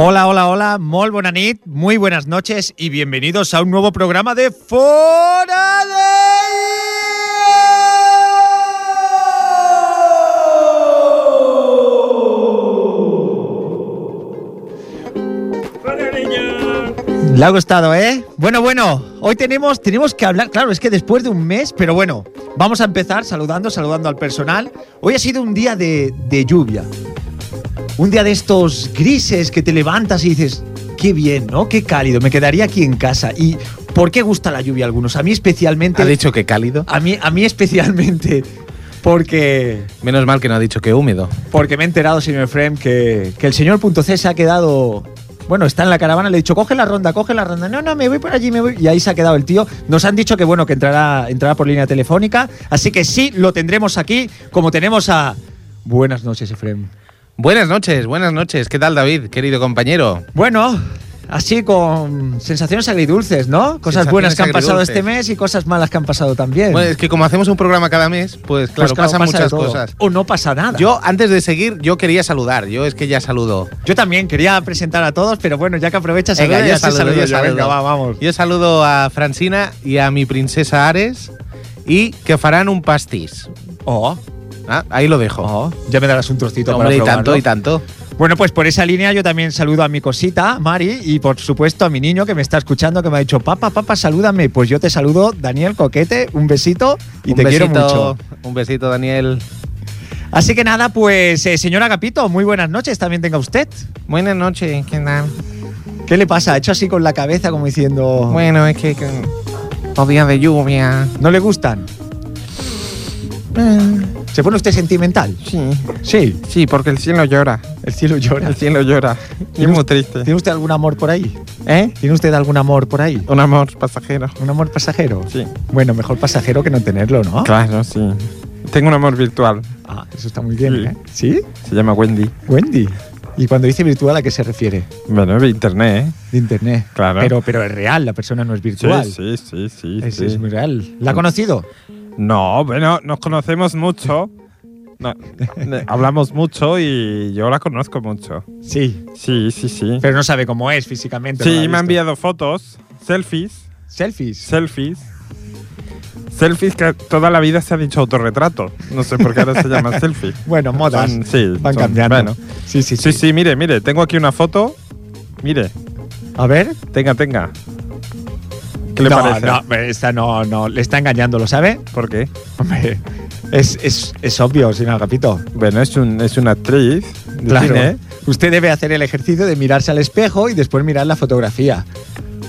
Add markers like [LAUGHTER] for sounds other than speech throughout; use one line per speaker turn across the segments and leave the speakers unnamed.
Hola, hola, hola, molt bona nit, muy buenas noches y bienvenidos a un nuevo programa de Fora de... Le ha gustado, ¿eh? Bueno, bueno, hoy tenemos, tenemos que hablar, claro, es que después de un mes, pero bueno, vamos a empezar saludando, saludando al personal. Hoy ha sido un día de, de lluvia, un día de estos grises que te levantas y dices, qué bien, ¿no? Qué cálido, me quedaría aquí en casa. ¿Y por qué gusta la lluvia a algunos? A mí especialmente...
¿Ha dicho que cálido?
A mí, a mí especialmente porque,
Menos mal que no ha dicho que húmedo.
porque me he enterado, señor Efrem, que, que el señor punto C se ha quedado... Bueno, está en la caravana, le he dicho, coge la ronda, coge la ronda. No, no, me voy por allí, me voy. Y ahí se ha quedado el tío. Nos han dicho que, bueno, que entrará, entrará por línea telefónica. Así que sí, lo tendremos aquí, como tenemos a... Buenas noches, Efrem.
Buenas noches, buenas noches. ¿Qué tal, David, querido compañero?
Bueno, así con sensaciones agridulces, ¿no? Cosas buenas que han
Sensaciones
pasado
agridulces.
este mes y cosas malas que han pasado también.
Bueno, es que como hacemos un programa cada mes,
Pues
pues claro, pasan
pasa de
muchas
todo.
cosas.
O no pasa nada.
Yo, antes de seguir, yo quería saludar. Yo es que ya saludo.
Yo también quería presentar a todos, pero bueno, ya que aprovechas, saluda,
yo
ya se saluda yo. Venga, va, vamos.
Yo saludo a Francina y a mi princesa Ares y que farán un pastis.
Oh,
Ah, ahí lo dejo.
oh, ya me darás un trocito
Hombre, y
para
tanto, y
probarlo.
tanto.
Bueno, pues por esa línea yo también saludo a mi cosita, Mari, y por supuesto a mi niño que me está escuchando, que me ha dicho, papá, papá, salúdame. Pues yo te saludo, Daniel Coquete, un besito y
un
te
besito,
quiero mucho.
Un besito, Daniel.
Así que nada, pues eh, señora Capito, muy buenas noches, también tenga usted.
Buenas noches, ¿qué tal?
¿Qué le pasa? Ha hecho así con la cabeza como diciendo...
Bueno, es que, que los días de lluvia.
¿No le gustan?
eh,
¿Se pone usted sentimental?
Sí,
Sí,
sí, porque el cielo llora.
el cielo llora.
El cielo llora.
[LAUGHS]
Y es muy triste.
Ah, ¿Tiene usted algún amor por ahí?
¿Eh?
¿Tiene usted algún amor por ahí?
Un amor pasajero.
¿Un amor pasajero?
Sí.
Bueno, mejor pasajero que no tenerlo, ¿no?
Claro, sí. Tengo un amor virtual.
Ah, eso está muy bien, ¿eh? ¿Sí?
Se llama Wendy.
Wendy. ¿Y cuando dice virtual a qué se refiere?
Bueno, de internet, ¿eh?
De internet.
Claro.
Pero, pero es real, la persona no es virtual.
Sí, sí, sí, sí.
Es,
sí.
es muy real. ¿La ha conocido?
No, bueno, nos conocemos mucho. No, [LAUGHS] ne- hablamos mucho y yo la conozco mucho.
Sí.
Sí, sí, sí.
Pero no sabe cómo es físicamente. no la ha
Sí, me ha
visto.
enviado fotos, selfies,
Selfies.
selfies. Selfies que toda la vida se ha dicho autorretrato. No sé por qué ahora
[LAUGHS]
se llama selfie.
Bueno, modas.
Son- sí,
Van
son-
cambiando.
bueno.
Sí, sí, sí,
Sí, sí, mire, mire, tengo aquí una foto. Mire,
A ver.
tenga, tenga. ¿Qué le
no,
parece?
No, pero esta no, no. Le está engañando, ¿lo sabe?
¿Por qué?
Hombre, es, es, es obvio, señor Agapito.
Bueno, es, un, es una actriz de cine.
¿eh? Usted debe hacer el ejercicio de mirarse al espejo y después mirar la fotografía.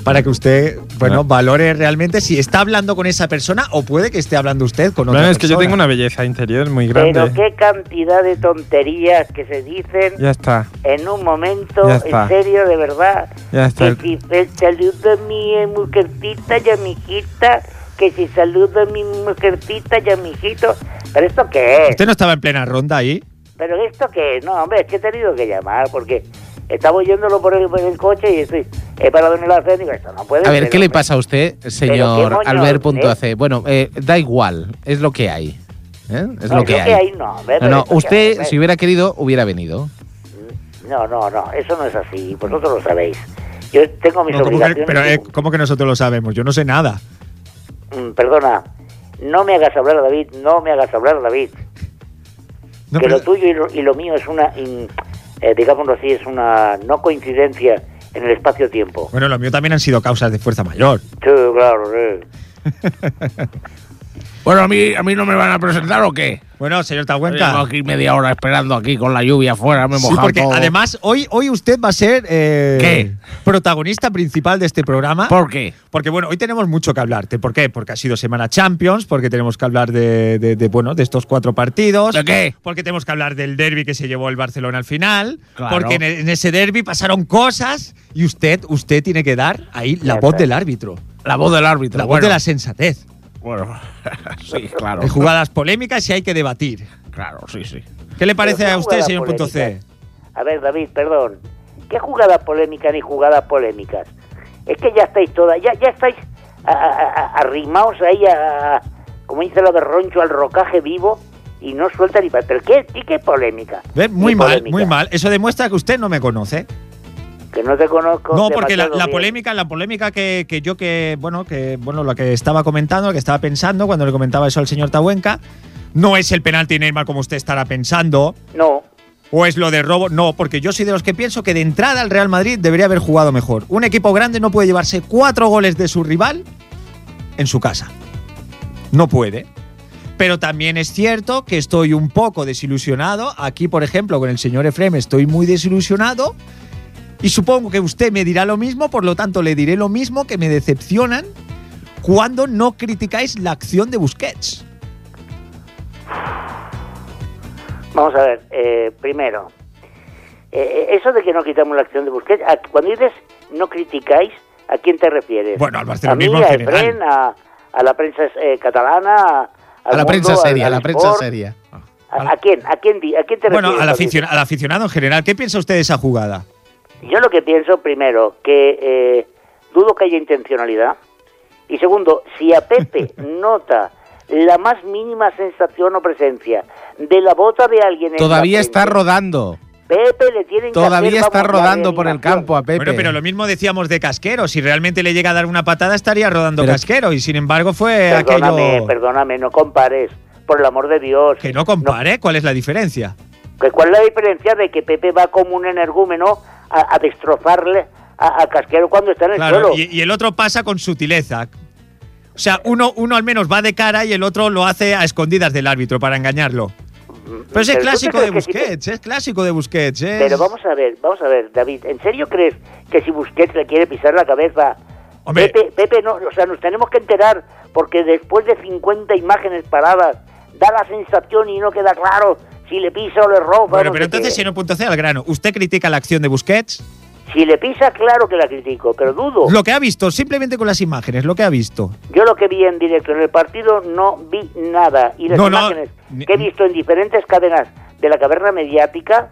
Para que usted, bueno,
Ah.
valore realmente si está hablando con esa persona o puede que esté hablando usted con otra
Bueno, es que yo
persona.
tengo una belleza interior muy
Pero
grande.
qué cantidad de tonterías que se dicen
Ya está,
en un momento,
Ya está.
en serio, de verdad.
ya está.
Que si eh, saludo a mi eh, mujercita y a mi hijita, que si saludo a mi mujercita y a mi hijito. ¿Pero esto qué es?
¿Usted no estaba en plena ronda ahí?
¿Pero esto qué es? No, hombre, es que he tenido que llamar porque estaba yéndolo por el, por el coche y estoy, he parado en el acero y digo, esto no puede
A ver,
ser,
¿qué le
hombre.
pasa a usted, señor
moño,
Albert.ac? Bueno, eh, da igual, es lo que hay. ¿eh? Es
No,
lo que hay.
no, hombre,
No,
pero
no,
esto qué es,
usted
hombre.
si hubiera querido, hubiera venido.
No, no, no, eso no es así, vosotros lo sabéis. Yo tengo mis
No, ¿cómo que-
obligaciones.
pero
y-
eh, ¿cómo que nosotros lo sabemos? Yo no sé nada.
Mm, Perdona, no me hagas hablar, David, no me hagas hablar, David.
No,
que
pero-
lo tuyo y lo, y lo mío es una, in- eh, digámoslo así, es una no coincidencia en el espacio-tiempo.
Bueno, lo mío también han sido causas de fuerza mayor.
Sí, claro, sí.
Bueno, a mí, a mí no me van a presentar o qué?
Bueno, señor
Llevo
Tahuenca.
aquí media hora esperando aquí con la lluvia afuera, me he
Sí,
mojado
porque
todo.
además hoy, hoy usted va a ser eh,
¿Qué?
protagonista principal de este programa.
¿Por qué?
Porque bueno, hoy tenemos mucho que hablarte. ¿Por qué? Porque ha sido semana Champions, porque tenemos que hablar de, de- de, bueno, de estos cuatro partidos.
¿De qué?
Porque tenemos que hablar del derby que se llevó el Barcelona al final.
Claro.
Porque en, en ese derby pasaron cosas y usted, usted tiene que dar ahí la
Ya
voz
está.
del árbitro.
La voz del árbitro.
La voz
bueno,
de la sensatez.
bueno. [LAUGHS] sí, claro.
De jugadas polémicas y hay que debatir.
Claro, sí, sí.
¿Qué le parece
Pero
a
son
usted,
jugadas
señor punto C?
polémicas. A ver, David, perdón. ¿Qué jugadas polémicas ni jugadas polémicas? Es que ya estáis todas, ya, ya estáis a- a- a- arrimaos ahí, a, a- como dice la berroncho, al rocaje vivo y no suelta ni pa- ¿Pero qué, ¿Y qué polémica?
¿Ve? ¿Eh? Muy
Ni
mal,
polémica.
muy mal. Eso demuestra que usted no me conoce.
que no te conozco.
No, porque la,
demasiado
la
bien.
polémica, la polémica que, que yo que, bueno, que, bueno, lo que estaba comentando, lo que estaba pensando cuando le comentaba eso al señor Tabuenca, no es el penalti Neymar como usted estará pensando,
No,
o es lo de robo, no, porque yo soy de los que pienso que de entrada el Real Madrid debería haber jugado mejor. Un equipo grande no puede llevarse cuatro goles de su rival en su casa. No puede. Pero también es cierto que estoy un poco desilusionado. Aquí, por ejemplo, con el señor Efrem estoy muy desilusionado. Y supongo que usted me dirá lo mismo, por lo tanto le diré lo mismo que me decepcionan cuando no criticáis la acción de Busquets.
vamos a ver, eh, primero, eh, eso de que no quitamos la acción de Busquets, a- cuando dices no criticáis, ¿a quién te refieres?
Bueno, al
a mí,
barcelonismo en
a
general.
Efren, a, a la prensa eh, catalana, a,
A
al
la prensa
mundo, al-
seria, a
al
la prensa
sport.
seria.
¿A, a quién? ¿A quién, di- a quién te
Bueno,
refieres?
al
cuando dices?
aficiona- al aficionado en general, ¿qué piensa usted de esa jugada?
Yo lo que pienso, primero, que eh, dudo que haya intencionalidad. Y segundo, si a
[LAUGHS]
Pepe nota la más mínima sensación o presencia de la bota de alguien en
Todavía
la
está
frente,
rodando.
Pepe le tienen que hacer,
Todavía está
vamos, la
rodando por el
reanimación.
campo a Pepe.
Bueno, pero lo mismo decíamos de Casquero. Si realmente le llega a dar una patada, estaría rodando
Pero-
Casquero. Y sin embargo, fue
Perdóname,
aquello.
perdóname, no compares. Por el amor de Dios.
Que no compare, ¿cuál es la diferencia?
que ¿Cuál es la diferencia de que Pepe va como un energúmeno a, a destrozarle a, a Casquero cuando está en el
Claro,
suelo?
y, y el otro pasa con sutileza. O sea, uno, uno al menos va de cara y el otro lo hace a escondidas del árbitro para engañarlo. Pero ese es
¿tú te
clásico
crees
de
que si te-
Busquets, es clásico de Busquets. es-
Pero vamos a ver, vamos a ver, David, ¿en serio crees que si Busquets le quiere pisar la cabeza?
Hombre.
Pepe, Pepe, no, o sea, nos tenemos que enterar, porque después de 50 imágenes paradas, da la sensación y no queda claro si le pisa o le roba.
Bueno,
no
pero
sé
entonces,
qué.
si no punto C al grano, ¿usted critica la acción de Busquets?
Si le pisa, claro que la critico, pero dudo.
Lo que ha visto, simplemente con las imágenes, lo que ha visto.
Yo lo que vi en directo en el partido no vi nada. Y las
No, no,
imágenes
ni-
que he visto en diferentes cadenas de la caverna mediática,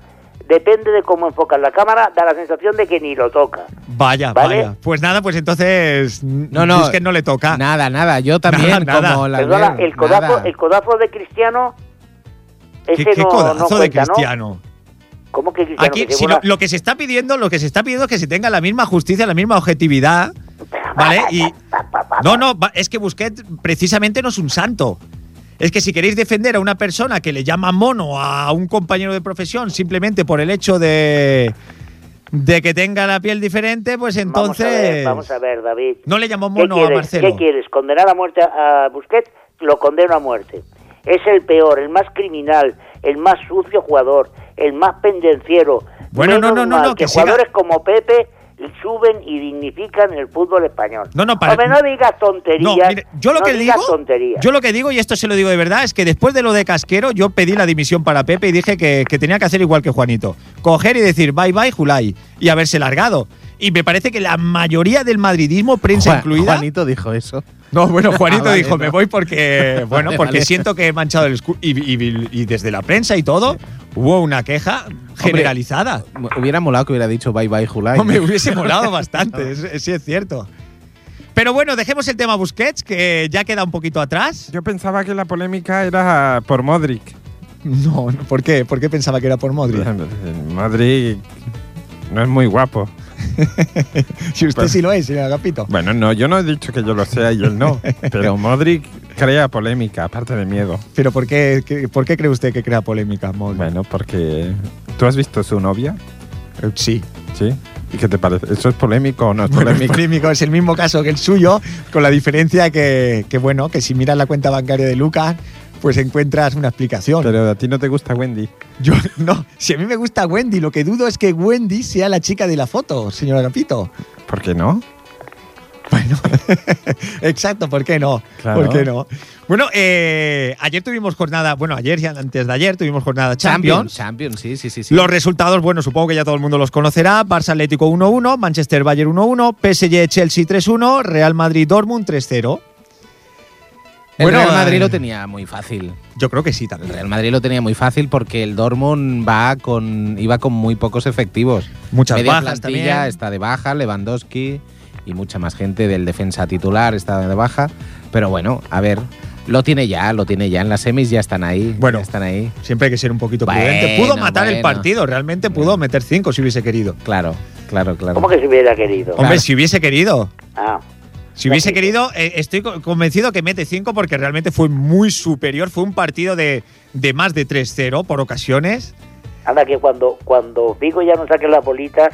depende de cómo enfocan la cámara, da la sensación de que ni lo toca.
Vaya,
Vale.
vaya. Pues nada, pues entonces.
No, no.
Busquets no le toca.
Nada, nada. Yo también,
Nada, nada.
como la
Perdona,
Albert,
el codazo,
nada.
el codazo de Cristiano.
¿Qué,
Ese
qué
no,
codazo
no
de
cuenta, ¿no?
Cristiano?
¿Cómo que Cristiano?
Aquí,
que lleva
si lo,
una-
lo que se está pidiendo, lo que se está pidiendo es que se tenga la misma justicia, la misma objetividad, ¿vale? Y no, no, va- es que Busquets precisamente no es un santo. Es que si queréis defender a una persona que le llama mono a un compañero de profesión simplemente por el hecho de de que tenga la piel diferente, pues
Vamos a
entonces
ver, vamos a ver, David.
no le llamó
¿Qué
mono a
quieres?
Marcelo.
¿Qué quieres? ¿Condenar a muerte a a Busquets? Lo condeno a muerte. Es el peor, el más criminal, el más sucio jugador, el más pendenciero.
Bueno, no,
Menos
no, no,
mal
no,
que,
que siga.
jugadores como Pepe suben y dignifican el fútbol español.
No, no, para-
Hombre, no digas tonterías.
No, mire, yo lo
no
que
digas
digo,
tonterías.
yo lo que digo y esto se lo digo de verdad es que después de lo de Casquero yo pedí la dimisión para Pepe y dije que, que tenía que hacer igual que Juanito, coger y decir bye bye Julay y haberse largado. Y me parece que la mayoría del madridismo, prensa
Juan-
incluida,
Juanito dijo eso.
no, bueno, Juanito
Ah, vale,
dijo, me
no.
voy porque, [LAUGHS] bueno,
Vale,
porque
vale.
siento que he manchado el escu- y, y- y desde la prensa y todo hubo una queja generalizada.
M- Hubiera molado que hubiera dicho bye bye Julai.
Hombre, hubiese [LAUGHS] molado bastante, es- es- sí es cierto. Pero bueno, dejemos el tema Busquets, que ya queda un poquito atrás.
Yo pensaba que la polémica era por Modric.
No, no, ¿por qué? ¿Por qué pensaba que era por Modric?
Modric no es muy guapo.
[LAUGHS] Si usted sí lo es, señor Agapito.
Bueno, no, yo no he dicho que yo lo sea y
[LAUGHS]
él no. pero Modric crea polémica, aparte de miedo.
Pero ¿por qué, qué- por qué cree usted que crea polémica Modric?
Bueno, porque. ¿Tú has visto su novia?
Eh, Sí.
¿Sí? ¿Y qué te parece? ¿Eso es polémico o no es
Bueno, es
polémico?
polémico, es el mismo caso que el suyo, con la diferencia que, que, bueno, que si miras la cuenta bancaria de Lucas, pues encuentras una explicación.
Pero a ti no te gusta Wendy.
Yo, [LAUGHS] no, si a mí me gusta Wendy, lo que dudo es que Wendy sea la chica de la foto, señor Agapito.
¿Por qué no?
Bueno, [LAUGHS] exacto, ¿por qué no?
Claro.
¿Por qué no? Bueno, eh, ayer tuvimos jornada, bueno, ayer y antes de ayer tuvimos jornada Champions.
Champions. Champions, sí, sí, sí. sí.
Los resultados, bueno, supongo que ya todo el mundo los conocerá. Barça Atlético 1-1, Manchester Bayern 1-1, PSG Chelsea 3-1, Real Madrid Dortmund 3-0.
el
Bueno,
Real Madrid
eh,
lo tenía muy fácil.
Yo creo que sí
El
también.
Real Madrid lo tenía muy fácil porque el Dortmund va con, iba con muy pocos efectivos.
Muchas
Media
bajas
plantilla
también.
está de baja, Lewandowski y mucha más gente del defensa titular está de baja. Pero bueno, a ver, lo tiene ya, lo tiene ya. En las semis ya están ahí.
Bueno.
ya están ahí.
Siempre hay que ser un poquito
Bueno,
prudente. Pudo matar el
bueno.
partido, realmente pudo meter 5 si hubiese querido.
Claro. Claro, claro.
¿Cómo que se hubiera querido?
Hombre, si hubiese querido.
Ah,
Si hubiese querido, eh, estoy co- convencido que mete 5 porque realmente fue muy superior. Fue un partido de, de más de 3-0 por ocasiones.
anda que cuando cuando Vigo ya no saque las bolitas,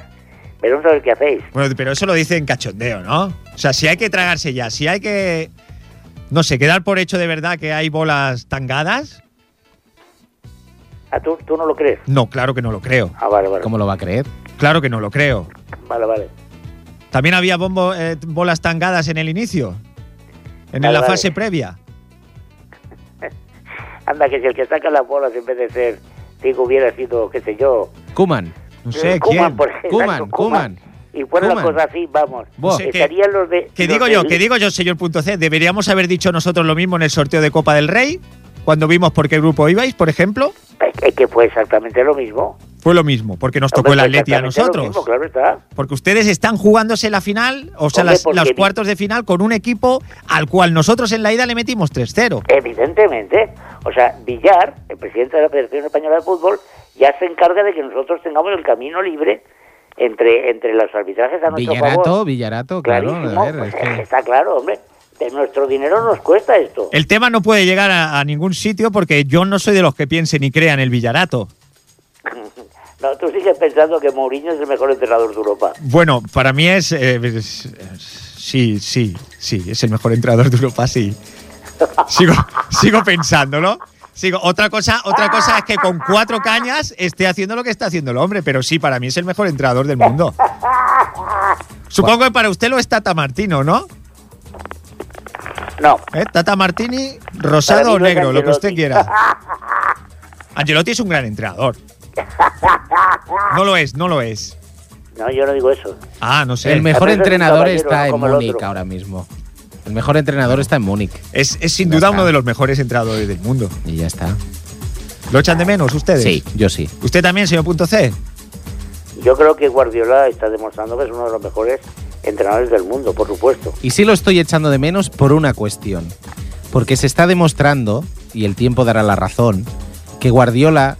veremos a ver qué hacéis.
Bueno, pero eso lo dice en cachondeo, ¿no? O sea, si hay que tragarse ya, si hay que. No sé, quedar por hecho de verdad que hay bolas tangadas.
Ah, ¿tú, tú no lo crees?
No, claro que no lo creo.
Ah, vale, vale.
¿Cómo lo va a creer?
Claro que no lo creo.
Vale, vale.
También había bombo- eh, bolas tangadas en el inicio, en
Vale,
la
vale.
fase previa.
Anda que si el que saca las bolas en vez de ser Vigo hubiera sido, qué sé yo,
Kuman.
No sé
Koeman,
quién.
Eh, por ejemplo,
Kuman,
Koeman.
Kuman.
Y fuera la
Koeman.
cosa así, vamos.
Buah.
No sé qué-
Estarían los de.
¿Qué
los
digo
de-
yo? ¿Qué digo yo, señor punto C? ¿Deberíamos haber dicho nosotros lo mismo en el sorteo de Copa del Rey? Cuando vimos por qué grupo ibais, por ejemplo,
Es que- es que fue exactamente lo mismo.
fue lo mismo, porque nos tocó el
Hombre,
Atleti a
exactamente lo
nosotros.
mismo, claro está.
Porque ustedes están jugándose la final, o sea,
Hombre,
las-
porque
los
vi-
cuartos de final con un equipo al cual nosotros en la ida le metimos 3-0.
Evidentemente. O sea, Villar, el presidente de la Federación Española de Fútbol, ya se encarga de que nosotros tengamos el camino libre entre, entre los arbitrajes a nuestro
Villarato,
favor.
Villarato, claro.
Clarísimo.
A ver,
pues,
es que-
Está claro, hombre. De nuestro dinero nos cuesta esto.
El tema no puede llegar a, a ningún sitio porque yo no soy de los que piensen y crean el Villarato.
No, tú sigues pensando que Mourinho es el mejor entrenador de Europa.
Bueno, para mí es, eh, es- es- Sí, sí, sí, es el mejor entrenador de Europa, sí. Sigo, [LAUGHS] sigo pensándolo. Sigo. Otra cosa, otra cosa es que con cuatro cañas esté haciendo lo que está haciendo el hombre, pero sí, para mí es el mejor entrenador del mundo. Supongo que para usted lo es Tata Martino, ¿no?
No,
¿Eh? Tata Martini, rosado o
Para mí no es
negro, lo que usted
Ancelotti.
quiera. Angelotti es un gran
[LAUGHS]
entrenador. No lo es, no lo es.
no, yo no digo eso.
Ah, no sé.
El mejor
Pero es un
entrenador
caballero, no
está en
como el otro.
Múnich ahora mismo. El mejor entrenador está en Múnich.
Es, es sin
Ya
duda
está.
uno de los mejores entrenadores del mundo.
Y ya está.
¿Lo echan de menos ustedes?
Sí, yo sí.
¿Usted también, señor Punto C?
Yo creo que Guardiola está demostrando que es uno de los mejores entrenadores del mundo, por supuesto.
Y sí lo estoy echando de menos por una cuestión. Porque se está demostrando, y el tiempo dará la razón, que Guardiola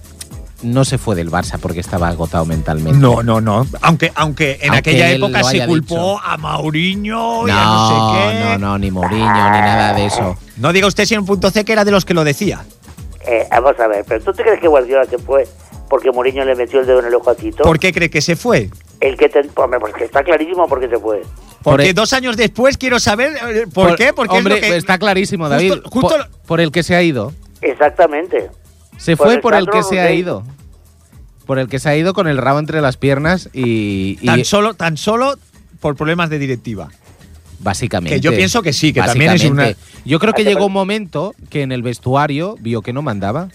no se fue del Barça porque estaba agotado mentalmente.
No, no, no. Aunque, aunque en
Aunque
aquella
él
época
lo
se
haya
culpó a Mauriño y a no sé qué.
no, no, ni Mourinho, ni nada de eso.
No diga usted, señor Punto C, que era de los que lo decía.
Eh, vamos a ver, ¿pero tú te crees que Guardiola se fue porque Mourinho le metió el dedo en el ojo a Tito?
¿Por qué cree que se fue?
El que te, hombre, pues que está clarísimo por qué se fue.
Porque
el-
dos años después quiero saber eh, por, qué. Porque es
e- hombre, pues
lo que-
está clarísimo,
Justo-
David.
justo
por,
lo-
por el que se ha ido.
Exactamente.
Se
Por
fue
el
por el que
Sandro
se ha
Rosell.
ido. Por el que se ha ido con el rabo entre las piernas y, y-
tan, solo, tan solo por problemas de directiva.
básicamente.
Que yo pienso que sí, que también es una-
Básicamente. Yo creo que
Hace
llegó
falta-
un momento que en el vestuario vio que no mandaba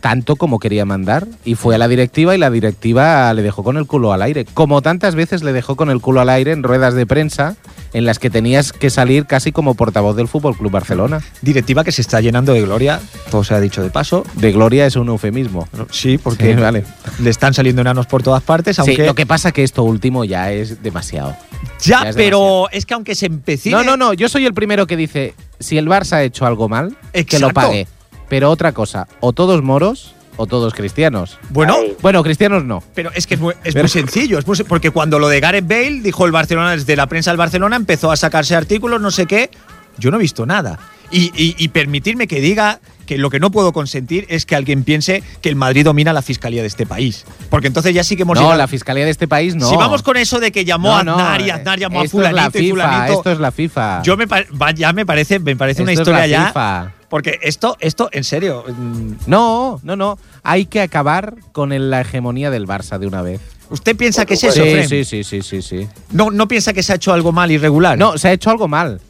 tanto como quería mandar y fue a la directiva y la directiva le dejó con el culo al aire. Como tantas veces le dejó con el culo al aire en ruedas de prensa en las que tenías que salir casi como portavoz del Fútbol Club Barcelona.
Directiva que se está llenando de gloria, todo se ha dicho de paso.
De gloria es un eufemismo.
Sí, porque
Sí, vale.
le están saliendo enanos por todas partes,
Sí,
aunque
lo que pasa que esto último ya es demasiado.
ya,
ya es
pero es que aunque se empecine
No, no, no. Yo soy el primero que dice: si el Barça ha hecho algo mal, que
Exacto.
lo pague. Pero otra cosa: o todos moros o todos cristianos.
Bueno,
Ay.
Bueno, cristianos no.
pero es que es muy, es
Pero-
muy sencillo, es muy sen- porque cuando lo de Gareth Bale dijo el Barcelona desde la prensa del Barcelona empezó a sacarse artículos, no sé qué, yo no he visto nada. Y, y- y permitirme que diga que lo que no puedo consentir es que alguien piense que el Madrid domina la fiscalía de este país, porque entonces ya sí que hemos
No,
llegado-
la fiscalía de este país no.
Si vamos con eso de que llamó
No,
a
no, eh,
Aznar y Aznar llamó a
esto es la
fulanito y
FIFA,
fulanito,
Esto es la FIFA.
yo me pa- va- ya me parece me parece una
Esto es
historia
la
ya
FIFA.
porque esto esto en serio mm,
No, no, no. Hay que acabar con el- la hegemonía del Barça de una vez.
¿Usted piensa que es
Por
eso,
sí,
Fren?
sí, sí, sí, sí, sí.
No, no piensa que se ha hecho algo mal irregular.
No, se ha hecho algo mal.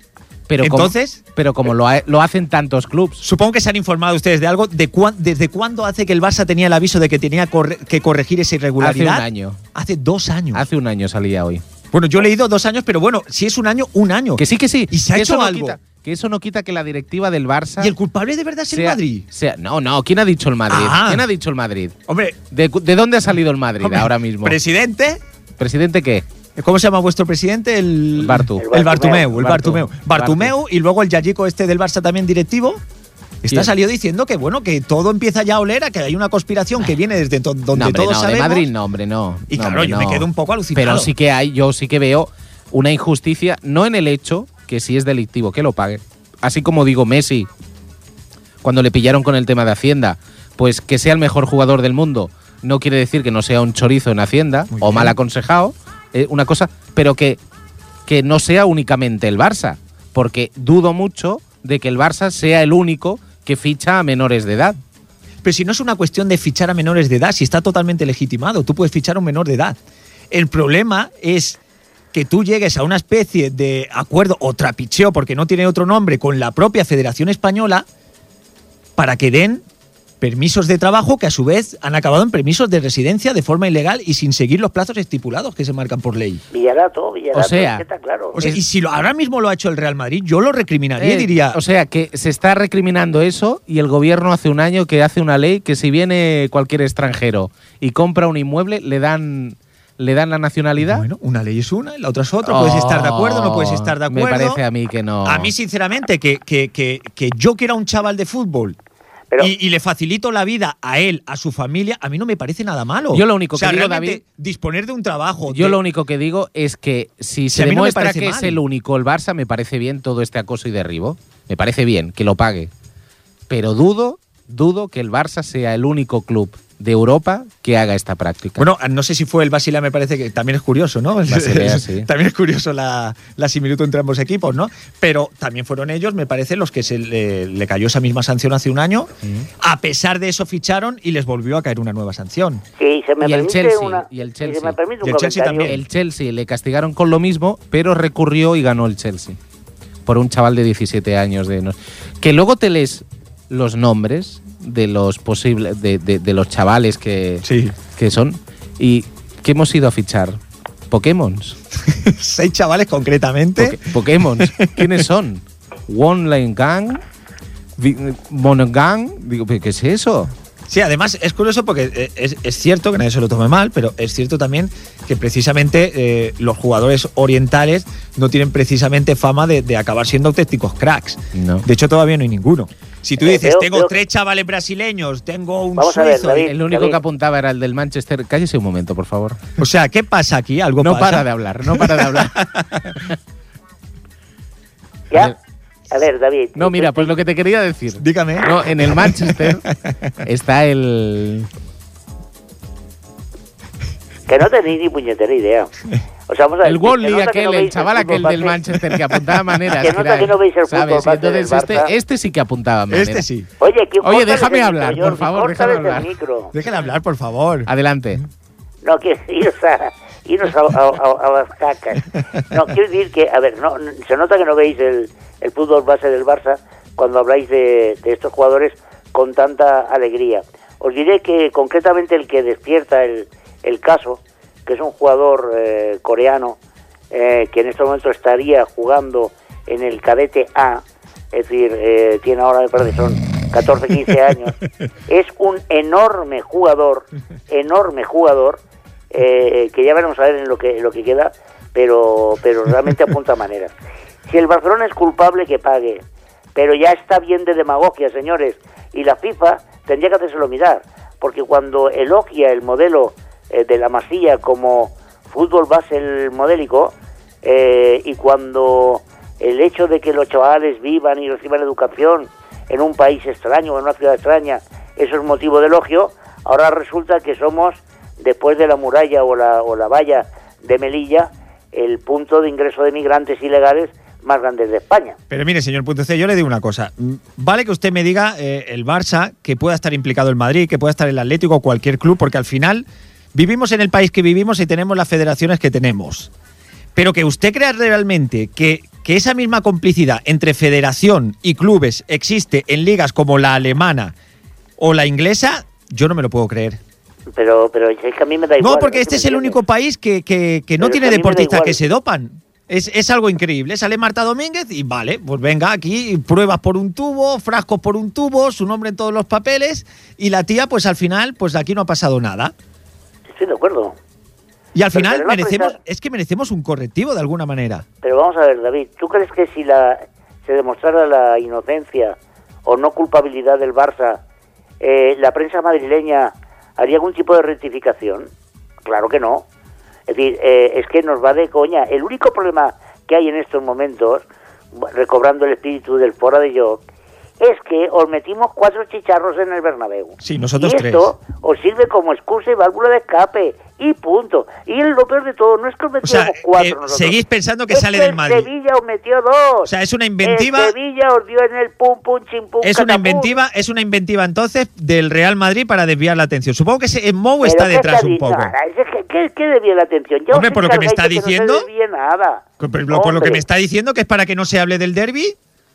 Pero como-
Entonces- eh,
pero como lo, ha- lo hacen tantos clubs.
Supongo que se han informado ustedes de algo. ¿De cuán- ¿Desde cuándo hace que el Barça tenía el aviso de que tenía corre- que corregir esa
Hace un
irregularidad?
año.
Hace dos años.
Hace un año salía hoy.
Bueno, yo he leído dos años, pero bueno, si es un año, un año.
Que sí, que sí.
¿Y se ha
que
hecho
eso no
algo?
quita- que eso no quita que la directiva del Barça.
Y el culpable de verdad es el
sea-
Madrid.
sea- no, no. ¿Quién ha dicho el Madrid?
Ah.
¿Quién ha dicho el Madrid?
Hombre,
¿De, cu- de dónde ha salido el Madrid
hombre,
ahora mismo?
Presidente.
¿Presidente qué?
¿Cómo se llama vuestro presidente? El
Bartu.
El Bartumeu. El Bartumeu.
Bartu.
Bartumeu y luego el Yayico este del Barça también directivo. está
¿Quién?
salió diciendo que bueno, que todo empieza ya a oler a que hay una conspiración que viene desde to- donde
Ah. no, hombre,
todos
no,
sabemos.
de Madrid no, hombre, no.
Y
No,
claro,
hombre,
yo me
no.
quedo un poco alucinado.
Pero sí que hay, yo sí que veo una injusticia, no en el hecho, que si es delictivo, que lo pague. Así como digo Messi, cuando le pillaron con el tema de Hacienda, pues que sea el mejor jugador del mundo no quiere decir que no sea un chorizo en Hacienda
Muy
o
bien.
mal aconsejado, eh, una cosa, pero que, que no sea únicamente el Barça, porque dudo mucho de que el Barça sea el único que ficha a menores de edad.
Pero si no es una cuestión de fichar a menores de edad, si está totalmente legitimado, tú puedes fichar a un menor de edad. El problema es que tú llegues a una especie de acuerdo o trapicheo, porque no tiene otro nombre, con la propia Federación Española para que den permisos de trabajo que a su vez han acabado en permisos de residencia de forma ilegal y sin seguir los plazos estipulados que se marcan por ley.
Villarato, Villarato,
O sea,
es que está claro.
O sea,
Es-
y si lo- ahora mismo lo ha hecho el Real Madrid, yo lo recriminaría y
Eh,
diría,
O sea, que se está recriminando eso y el gobierno hace un año que hace una ley que si viene cualquier extranjero y compra un inmueble, le dan, le dan la nacionalidad.
bueno, una ley es una, y la otra es otra, puedes estar de acuerdo, no puedes estar de
Oh, Me
acuerdo.
parece a mí que no.
A mí, sinceramente, que, que, que, que yo quiera un chaval de fútbol
pero,
y, y le facilito la vida a él, a su familia, a mí no me parece nada malo.
Yo lo único
O sea,
que digo,
realmente,
David-
disponer de un trabajo.
Yo
de-
lo único que digo es que si
Si
se
a mí no me
demuestra
parece
que es
mal.
el único el Barça, me parece bien todo este acoso y derribo. Me parece bien que lo pague. Pero dudo, dudo que el Barça sea el único club de Europa que haga esta práctica.
Bueno, no sé si fue el Basilea, me parece que también es curioso, ¿no? [LAUGHS]
Basilea, sí.
también es curioso la, la similitud entre ambos equipos, ¿no? Pero también fueron ellos, me parece, los que se le, le cayó esa misma sanción hace un año.
Mm.
A pesar de eso ficharon y les volvió a caer una nueva sanción.
si se me
y el
permite
Chelsea,
una-
y el
si se me
Chelsea.
permite un
Y el Chelsea
comentario,
también.
El Chelsea le castigaron con lo mismo, pero recurrió y ganó el Chelsea. Por un chaval de 17 años. De no- Que luego te lees los nombres de los posibles de, de- de los chavales que,
Sí.
que son y que hemos ido a fichar. Pokémon.
[LAUGHS] Seis chavales concretamente. [LAUGHS]
Pokémon. ¿Quiénes son? One Gang, Vi- Monogang. Digo, ¿pero ¿qué es eso?
Sí, además es curioso porque eh, es, es cierto que nadie se lo tome mal, pero es cierto también que precisamente eh, los jugadores orientales no tienen precisamente fama de, de acabar siendo auténticos cracks.
No.
De hecho, todavía no hay ninguno. Si tú
Eh,
dices,
veo-
tengo
veo-
tres chavales brasileños, tengo un
Vamos a ver,
suizo.
David.
El único
David.
que apuntaba era el del Manchester. Cállese un momento, por favor.
O sea, ¿qué pasa aquí? Algo
No
pasa?
para de hablar, no para de hablar.
ya. A ver, David.
No, mira, pues lo que te quería decir.
Dígame.
No, en el Manchester está el.
Que no tenéis ni
[LAUGHS]
puñetera idea. O sea, vamos a ver,
El
que- que
Wally
nota que no
aquel,
veis
el chaval
fútbol
aquel del
base.
Manchester que
[LAUGHS]
apuntaba maneras.
Que nota
era-
que no veis el fútbol
¿sabes?
base
Entonces
del
este,
Barça.
este sí que apuntaba maneras.
este sí.
Oye, que-
Oye,
córtales
déjame
el
hablar,
micro,
por favor,
Jordi,
déjame
córtales el
hablar.
micro.
Déjala hablar, por favor.
Adelante.
Este. No, quiero irnos a, irnos a, a- a- a las cacas. No, quiero decir que, a ver, no, n- se nota que no veis el, el fútbol base del Barça cuando habláis de, de estos jugadores con tanta alegría. Os diré que concretamente el que despierta el, el caso, que es un jugador eh, coreano, eh, que en este momento estaría jugando en el cadete A, es decir, eh, tiene ahora, me parece, son 14, 15 años, es un enorme jugador, enorme jugador, eh, que ya veremos a ver en lo que, en lo que queda, pero, pero realmente apunta maneras. Si el Barcelona es culpable, que pague, pero ya está bien de demagogia, señores, y la FIFA tendría que hacérselo mirar, porque cuando elogia el modelo eh, de la masilla como fútbol base el modélico, eh, y cuando el hecho de que los chavales vivan y reciban educación en un país extraño, en una ciudad extraña, eso es motivo de elogio, ahora resulta que somos, después de la muralla o la, o la valla de Melilla, el punto de ingreso de migrantes ilegales más grande de España.
Pero mire, señor Punto C, yo le digo una cosa. Mm, Vale que usted me diga eh, el Barça, que pueda estar implicado el Madrid, que pueda estar el Atlético o cualquier club, porque al final vivimos en el país que vivimos y tenemos las federaciones que tenemos. Pero que usted crea realmente que, que esa misma complicidad entre federación y clubes existe en ligas como la alemana o la inglesa, yo no me lo puedo creer.
Pero, pero es que a mí me da igual.
No, porque
sé
este
si
es el
me
único
entiendes.
país que, que- que no
Pero es
tiene
que a mí me da
deportistas
igual.
que se dopan. Es, es algo increíble. Sale Marta Domínguez y vale, pues venga, aquí pruebas por un tubo, frascos por un tubo, su nombre en todos los papeles y la tía, pues al final, pues aquí no ha pasado nada.
Estoy de acuerdo.
Y al
Pero-
final
pero no ha
merecemos,
pensado-
es que merecemos un correctivo de alguna manera.
Pero vamos a ver, David, ¿tú crees que si la, se demostrara la inocencia o no culpabilidad del Barça, eh, la prensa madrileña haría algún tipo de rectificación? Claro que no. Es decir, eh, es que nos va de coña. El único problema que hay en estos momentos, recobrando el espíritu del fora de York, es que os metimos cuatro chicharros en el Bernabéu.
Sí, nosotros
y esto os sirve como excusa y válvula de escape. Y punto. Y lo peor de todo, no es que os
O
metimos
sea,
cuatro
eh,
nosotros.
seguís pensando que
Es
sale
que
del
el
Madrid.
Sevilla os metió dos.
O sea, es una inventiva.
El Sevilla os dio en el pum, pum, chim, pum,
Es una
catapum.
inventiva, es una inventiva entonces del Real Madrid para desviar la atención. Supongo que ese- Mou está
¿Pero qué
detrás
está
un
di-
poco.
No, es que- que, que desvía la atención. Ya
Hombre,
os
por lo que me está
encargáis de que
diciendo-
No se desvíe nada.
Por lo- por lo que
Hombre.
me está diciendo que es para que no se hable del derby.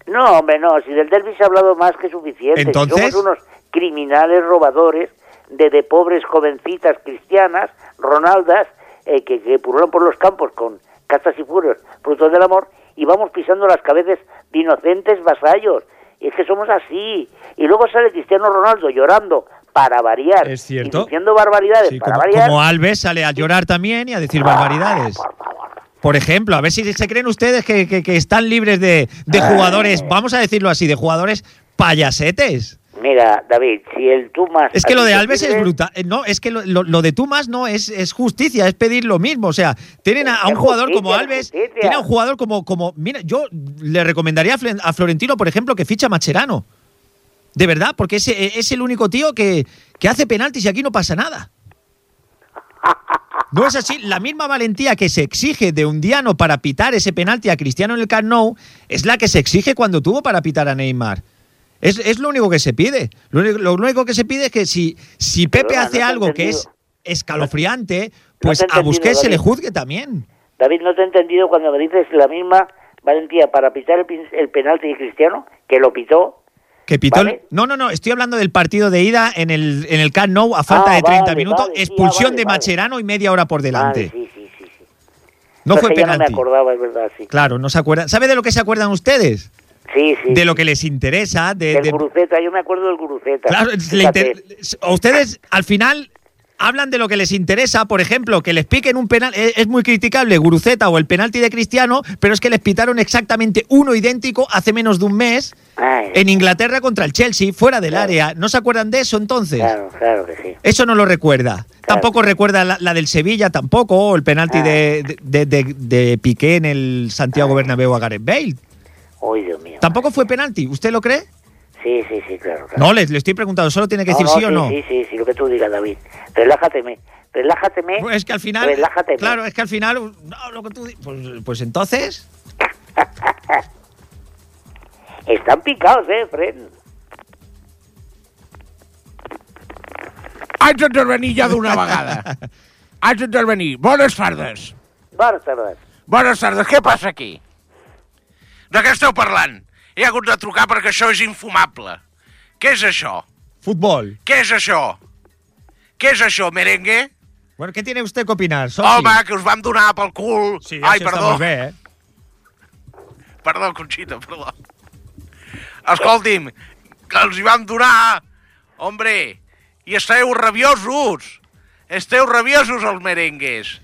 No, hombre, no. Si del derbi se ha hablado más que suficiente. Si
Entonces-
Somos unos criminales robadores de, de pobres jovencitas cristianas, Ronaldas, eh, que, que pululan por los campos con castas y furios, frutos del amor, y vamos pisando las cabezas de inocentes vasallos. Y es que somos así. Y luego sale Cristiano Ronaldo llorando para variar.
Es cierto.
Y diciendo barbaridades
Sí,
para
como,
variar. Ah,
como Alves sale a llorar también y a decir barbaridades.
Por favor.
Por ejemplo, a ver si se creen ustedes que, que- que están libres de,
Eh.
de jugadores, vamos a decirlo así, de jugadores payasetes.
Mira, David, si el tú más...
Es que
a
lo
ti
de
te
Alves es
sirve,
brutal. Eh, No, es que lo, lo- lo de Tumas no es, es justicia, es pedir lo mismo. O sea, tienen a, a un
Es
jugador como
justicia, es
Alves,
justicia.
tienen a un jugador como, como. Mira, yo le recomendaría a Flen- a Florentino, por ejemplo, que ficha a Macherano. De verdad, porque es, eh, es el único tío que, que hace penaltis y aquí no pasa nada. No es así. La misma valentía que se exige de Undiano para pitar ese penalti a Cristiano en el Camp Nou es la que se exige cuando tuvo para pitar a Neymar. Es, es lo único que se pide. Lo único, lo único que se pide es que si, si Pepe
Perdona, no
hace
te he
algo que es
entendido.
escalofriante, pues a
entendido,
Busquets se le
David.
juzgue también.
David, no te he entendido cuando me dices la misma valentía para pitar el, pin- el penalti de Cristiano, que lo pitó.
Que pitó el-
Vale.
No, no, no, estoy hablando del partido de ida en el, en el Camp Nou a falta
Ah,
de 30
vale,
minutos,
vale, sí, ah,
expulsión
vale,
de
vale.
Macherano y media hora por delante.
Vale, Ah, sí, sí, sí. sí.
No
Pero
fue
es que ya
penalti.
No me acordaba, es verdad, sí.
claro, no se acuerdan. ¿Sabe de lo que se acuerdan ustedes?
Sí, sí.
de lo que les interesa, de,
Del
de-
Guruceta, yo me acuerdo del Guruceta.
claro, le
Fíjate.
inter- a ustedes al final hablan de lo que les interesa, por ejemplo, que les piquen un penal, e-, es, es muy criticable Guruceta o el penalti de Cristiano, pero es que les pitaron exactamente uno idéntico hace menos de un mes
Ay,
en Inglaterra contra el Chelsea, fuera del
Claro.
área. ¿No se acuerdan de eso entonces?
Claro, claro que sí.
Eso no lo recuerda. Tampoco recuerda la, la del Sevilla, tampoco, o el penalti
Ah.
de, de, de- de Piqué en el Santiago Bernabéu a Gareth Bale.
Uy, Dios mío.
Tampoco fue penalti, ¿usted lo cree?
Sí, sí, sí, claro. claro.
No, le, le estoy preguntando, solo tiene que decir sí o no.
Sí, sí, sí, lo que tú digas, David. Relájateme. Relájateme.
Pues es que al final.
Relájateme.
Claro, es que al final. no, lo que tú di- pues, pues entonces.
Están picados, ¿eh, Fred?
Haig d'intervenir ja d'una
[LAUGHS]
vegada. Haig d'intervenir. Bones tardes.
Bártaras.
Bones tardes. Què passa aquí? De què esteu parlant? He hagut de trucar perquè això és infumable. Què és això?
Fútbol.
Què és això? Què és això, merengue?
Bueno, ¿qué tiene usted que opinar? Sochi?
Home, que us vam donar pel cul.
Sí,
Ai,
això està
perdó.
molt bé, eh?
Perdó, Conxita, perdó. Escolti'm, que els hi vam donar, hombre, i esteu rabiosos. Esteu rabiosos, els merengues.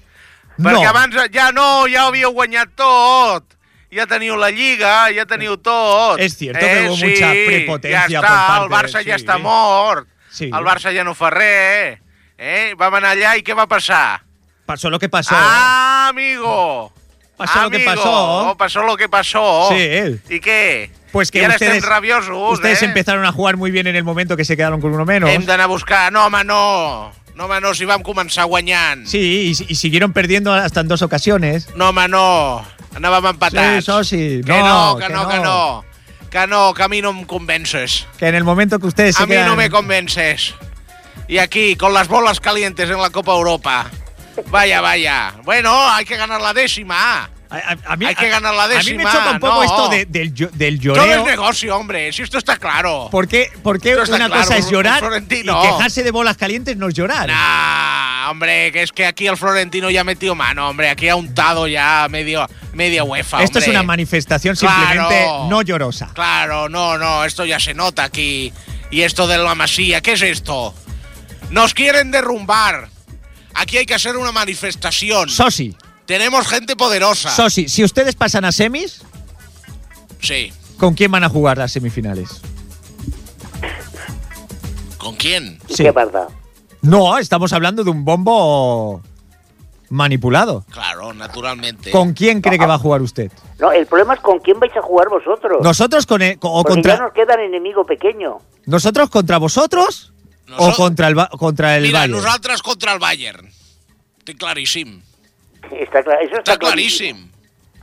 Perquè
No.
abans ja no, ja ho havíeu guanyat tot. Ja teniu la Lliga, ja teniu tot. Eh,
Es cierto que hubo mucha prepotencia
ja
por
està, el
parte de-
Barça ja
sí.
està mort.
Sí.
El Barça ja no fa res. Eh? Vam anar allà i què va passar?
Pasó lo que pasó. ¿eh?
Ah, amigo.
Pasó lo que
Amigo,
pasó.
oh, pasó lo que pasó.
Sí.
¿Y qué?
Pues que
I ara
ustedes,
estem rabiosos,
ustedes
eh?
empezaron a jugar muy bien en el momento que se quedaron con uno menos.
Hem d'anar a buscar. No, home, no. No, home, no, si vam començar guanyant.
Sí, y, y siguieron perdiendo hasta en dos ocasiones.
No, home, no. Anàvem empatats.
Sí, soci.
Que
No,
no, que
que
no, que
no.
no. Que no, que a mi no em convences.
Que en el momento que ustedes se
A mí
quedan-
no me convences. Y aquí, con las bolas calientes en la Copa Europa. Vaya, vaya. Bueno, hay que ganar la décima.
A, a- a mí,
Hay que ganar la
a- A mí me
décima,
choca un poco
no.
esto de- del, llo- del
Todo es
lloreo. Pues-
negocio, hombre. Si esto está claro.
¿Por qué, por qué
Esto está
una
claro,
cosa es llorar y
Florentino.
quejarse de bolas calientes no es llorar?
Nah, Ah, hombre, que es que aquí el Florentino ya ha metido mano, hombre. Aquí ha untado ya medio, media UEFA.
Esto es
hombre.
una manifestación
Claro.
simplemente no llorosa.
Claro, no, no, esto ya se nota aquí. Y esto de la masía, ¿qué es esto? Nos quieren derrumbar. Aquí hay que hacer una manifestación.
Sosi,
Tenemos gente poderosa.
Sosi, si ustedes pasan a semis,
sí.
¿con quién van a jugar las semifinales?
¿Con quién?
Sí.
¿Qué pasa?
No, estamos hablando de un bombo manipulado.
Claro, naturalmente.
¿Con quién cree que va a jugar usted?
No, el problema es con quién vais a jugar vosotros.
¿Nosotros con e- co- o
Porque Pues ya
contra
nos queda el enemigo pequeño. [LAUGHS]
nosotros contra vosotros
Nosot-
o contra el ba- contra el
Mira,
Bayern?
nosaltres contra el Bayern. Té claríssim.
Está, clar- eso
Està claríssim.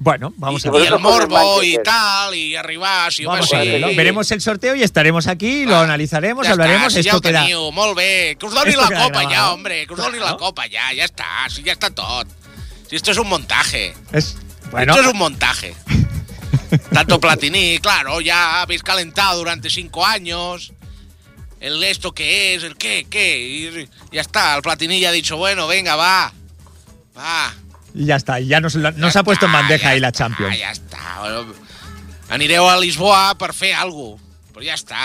Bueno, vamos a
I
ver.
Nosaltres
el
contra el
morbo i
Manchester.
tal, i arribar, si home,
Vamos
sí.
a verlo. Veremos el sorteo y estaremos aquí, lo
Ah,
analizaremos,
ja
hablaremos.
Està, si ja
esto
ho
queda.
teniu, molt bé. Que us doni
Esto
la
queda
copa ja,
grabado.
hombre. Que us doni la
Claro.
copa ja, ja està. Si ja està tot. Si esto es un montaje.
Es, bueno,
Esto es
[LAUGHS]
un montaje. Tanto Platini, claro, ya habéis calentado durante cinco años. El esto que es, el qué, qué. Y ya está, el Platini ya ha dicho, bueno, venga, va. Va.
y ya está, ya nos, lo- nos
Ya
ha puesto en
está,
bandeja
ya
ahí la
está,
Champions.
Ya está. Bueno, anireu a Lisboa per fer alguna cosa. Però ja està.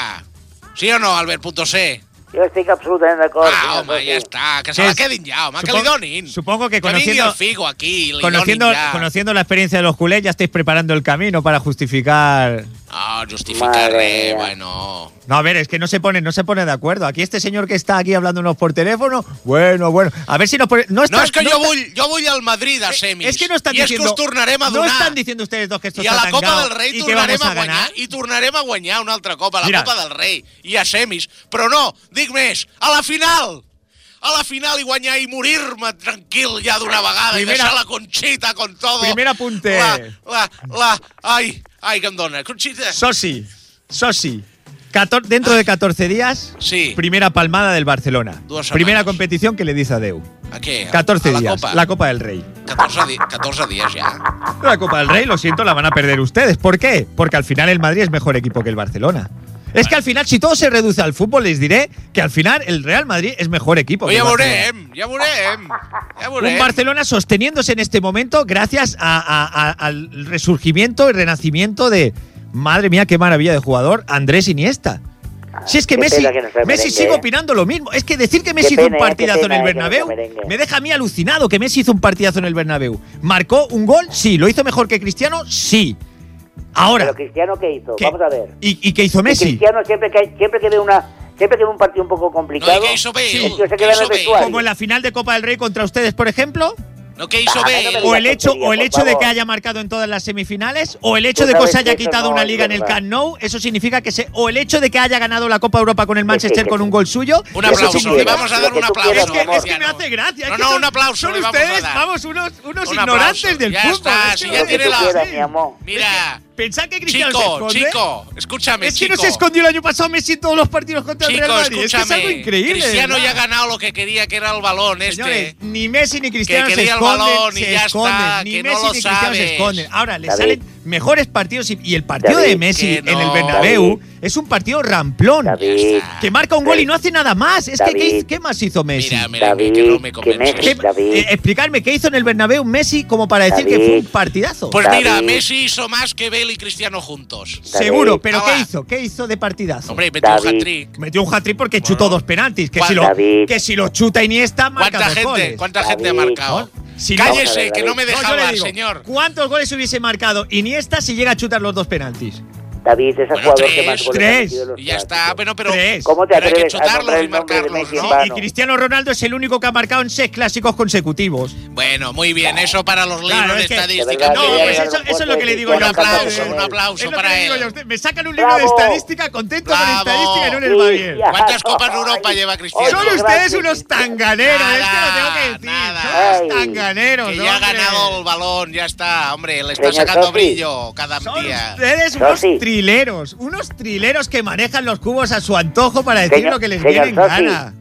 Sí o no, Albert Punto C?
Yo estoy absolutamente de acuerdo. señor
Ah, home,
Sosi.
ja està. Que se
Sí,
la
es-
quedin ja, home, que
supongo-
li donin.
supongo que
Que vingui
conociendo-
el Figo aquí, li
Conociendo,
donin ja.
conociendo la experiencia de los culés, ya estáis preparando el camino para justificar.
No, justificar
Madre
res,
mía.
bueno.
No, a ver, es que no se pone, no se pone de acuerdo. Aquí este señor que está aquí hablándonos por teléfono, bueno, bueno. A ver si nos pone. No,
No,
está-
és que
no
jo
está-
vull, jo vull el Madrid a semis.
Es que no están
I és
diciendo.
que us tornarem a
no
donar.
están diciendo ustedes dos que esto
I a
está
la Copa
tangao
del Rei
y que
tornarem
vamos
a,
a
guanyar.
ganar.
I tornarem a guanyar una altra Copa, la
Mira.
Copa del Rei. I a semis. Però no, dic més, a la final! A la final i guanyar i morir-me tranquil ja d'una vegada i
Primera-
deixar la Conxita con todo.
Primer apunte.
La, la, la... Ai, ai, que em dona. Conxita.
Sosi, Sosi. Cator- dentro de 14 días,
Sí.
primera palmada del Barcelona.
Dos semanas.
Primera competición que le dice a Deu.
A què? A-
14
a la
días,
Copa?
la Copa del Rey.
14, di 14 dies ja.
La Copa del Rey, lo siento, la van a perder ustedes. ¿Por qué? Porque al final el Madrid es mejor equipo que el Barcelona. Es que al final, si todo se reduce al fútbol, les diré que al final el Real Madrid es mejor equipo.
Però
que
ja
el Barcelona.
veurem, ja veurem. Ja
Un
veurem.
Barcelona sosteniéndose en este momento gracias a- a- a- al resurgimiento y renacimiento de, madre mía, qué maravilla de jugador, Andrés Iniesta. Si es que
Ah, Qué
Messi,
pena que no sea
Messi
merengue,
sigue
eh.
opinando lo mismo. Es que decir que Messi
Qué
hizo un
pena, eh, qué
partidazo
pena,
en el
eh, que no sea
Bernabéu
merengue.
me deja a mí alucinado que Messi hizo un partidazo en el Bernabéu. ¿Marcó un gol? Sí. ¿Lo hizo mejor que Cristiano? Sí. Ahora,
Pero Cristiano, ¿qué hizo?
¿qué-
Vamos a ver.
¿y, y qué hizo Messi?
Cristiano siempre que, siempre que ve una... Siempre que ve un partido un poco complicado,
No, ¿y qué hizo Bale?
el tío se
¿Qué
queda en el
hizo Bale?
vestuario.
Como en la final de Copa del Rey contra ustedes, por ejemplo.
No, que hizo
Ah,
Bale?
no me
o el
Una
hecho
tontería,
o el
por
hecho de
favor.
que haya marcado en todas las semifinales o el hecho
Tú
de que
sabes
se haya
que eso
quitado
no
una
es
liga en el
verdad.
Camp Nou eso significa que se o el hecho de que haya ganado la Copa Europa con el Manchester
que
con
sí.
un gol suyo
Un
eso
aplauso,
significa-
le vamos a dar
Lo que
un
tú
aplauso.
quieras,
es que, es que me
Marciano.
hace gracia. es
No,
que
no,
son-
un aplauso.
Son
le vamos
ustedes,
a dar.
vamos, unos, unos
Un
ignorantes
aplauso,
del
ya
fútbol.
está,
es
si
que
ya
no
Lo que
tiene
tú
es
la-
así.
quieras, mi amor.
Mira,
Pensad que Cristiano se
chico,
esconde.
chico, escúchame,
es que
chico.
no se escondió el año pasado Messi en todos los partidos contra el
Chico,
Real Madrid. Es que es
escúchame.
algo increíble.
Cristiano
¿verdad?
ya ha ganado lo que quería, que era el balón
Señores,
este.
ni Messi ni Cristiano
que
se
quería el
esconden,
balón y
se
ya
esconden.
está,
ni
que no
Messi
lo
ni Cristiano
sabes.
se esconden. Ahora les
David.
salen mejores partidos y, y el partido
David,
de Messi
que no.
en el Bernabéu
David.
es un partido ramplón
David,
que marca un gol y no hace nada más. Es que
David.
¿qué, qué más hizo Messi?
Mira, mira,
David,
que no me
que Messi,
convences.
¿Qué-
David.
eh, explicarme qué hizo en el Bernabéu Messi como para decir que
David.
fue un partidazo.
Pues mira,
David.
Messi hizo más que Bale y Cristiano juntos.
Seguro, pero
Ah,
¿qué
va.
hizo? ¿Qué hizo de partidazo?
Hombre, metió un
David.
hat-trick.
Metió un hat-trick porque chutó dos penaltis. Que si, lo,
David.
que si lo chuta Iniesta, marca
¿Cuánta
dos
gente,
goles.
cuánta gente ha
David.
marcado?
Si no-
Cállese,
Vamos a ver,
que no
David.
me
No, yo
dejaba,
le digo,
señor.
¿Cuántos goles hubiese marcado Iniesta si llega a chutar los dos penaltis?
David es el
Bueno,
jugador
tres,
que más goles
tres.
ha metido en los
Y ya está,
clásicos.
bueno, pero,
Tres.
¿Cómo te
pero hay que
atreves a nombrar
chutarlos y
el nombre de
marcarlos,
Messi en
¿no?
vano?
Y Cristiano Ronaldo es el único que ha marcado en seis clásicos consecutivos.
Bueno, muy bien, eso para los libros
Claro,
de
es que-
estadística.
de
No,
verdad, quería
pues
llegar
eso,
un
eso es lo
poco
que le
de
digo yo.
un
a
aplauso,
ustedes.
un aplauso
Es lo que
para
le digo
él.
yo a ustedes. Me sacan un libro de
Bravo.
estadística contento
Bravo.
con estadística y no les va bien.
Sí, ya.
¿Cuántas copas de Europa lleva Cristiano?
Son
Oye,
ustedes
gracias.
unos tanganeros, es que lo tengo que decir.
Nada,
Son unos
nada.
tanganeros,
Que ya ha
hombre.
ganado el balón, ya está, hombre, le está
Señor
sacando
Sofi.
brillo cada
Son
día.
ustedes
No,
unos
sí.
trileros, unos trileros que manejan los cubos a su antojo para decir
Señor-
lo que les
señor
viene en
Sofi.
gana.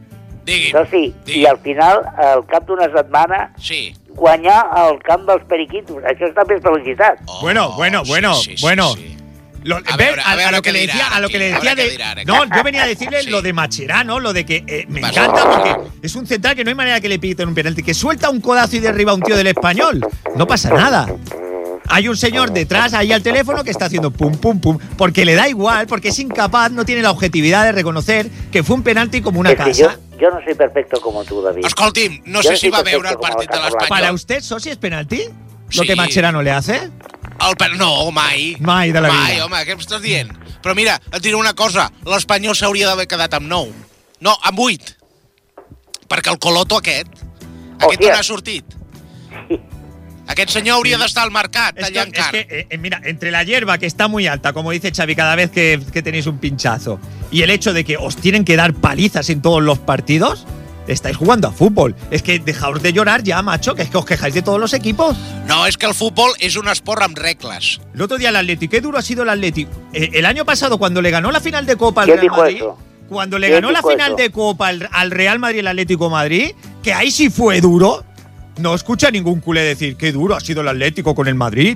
Digui,
Això sí, i
digui.
al final, al cap d'una setmana,
Sí.
guanyar al camp dels periquitos. Això és també és felicitat.
Oh,
Bueno, bueno,
sí,
bueno,
sí, sí,
bueno.
sí.
Lo-
A
ver,
ver, a
a-
ver
a
lo
lo
que
que le decía,
dirán
a lo
aquí,
que le
habrá
decía
que
de-
dirán aquí.
no, yo venía a
[LAUGHS]
decirle
Sí.
lo de Macherano, lo de que eh, me
Vas.
encanta porque es un central que no hay manera que le piten un penalti, que suelta un codazo y derriba a un tío del español, no pasa nada. Hay un señor detrás ahí al teléfono que está haciendo pum pum pum porque le da igual, porque es incapaz, no tiene la objetividad de reconocer que fue un penalti como una
és que jo,
casa.
jo no soy perfecto como tu, David.
Escolti'm, no
Jo
sé si
sí
va
que sé
veure el
com va
partit de
acabar.
l'Espanyol.
Para usted, Sosi, es penalti? Lo
Sí.
que Macherano le hace?
El pe- No, mai.
Mai de la
mai,
vida.
home, què em estàs dient? Però mira, et diré una cosa, l'Espanyol s'hauria d'haver quedat amb 9. No, amb 8. Perquè el coloto aquest,
Hòstia.
aquest on ha sortit. Aquest senyor hauria d'estar al mercat
Esto-
tallant
es
carn.
que, eh, eh, mira, entre la hierba que está muy alta, como dice Xavi cada vez que, que tenéis un pinchazo, y el hecho de que os tienen que dar palizas en todos los partidos, estáis jugando a fútbol. Es que dejaos de llorar ya, macho, que es que os quejáis de todos los equipos.
No, és que el futbol és un esport amb regles.
El otro día el Atleti, qué duro ha sido el Atleti. Eh, el año pasado, cuando le ganó la final de Copa al
¿Quién
Real
dijo
Madrid,
eso?
cuando le
¿Quién
ganó la
dijo
final
eso?
de Copa al, al Real Madrid el Atlético de Madrid, que ahí sí fue duro. No escucha ningún culé decir qué duro ha sido el Atlético con el Madrid.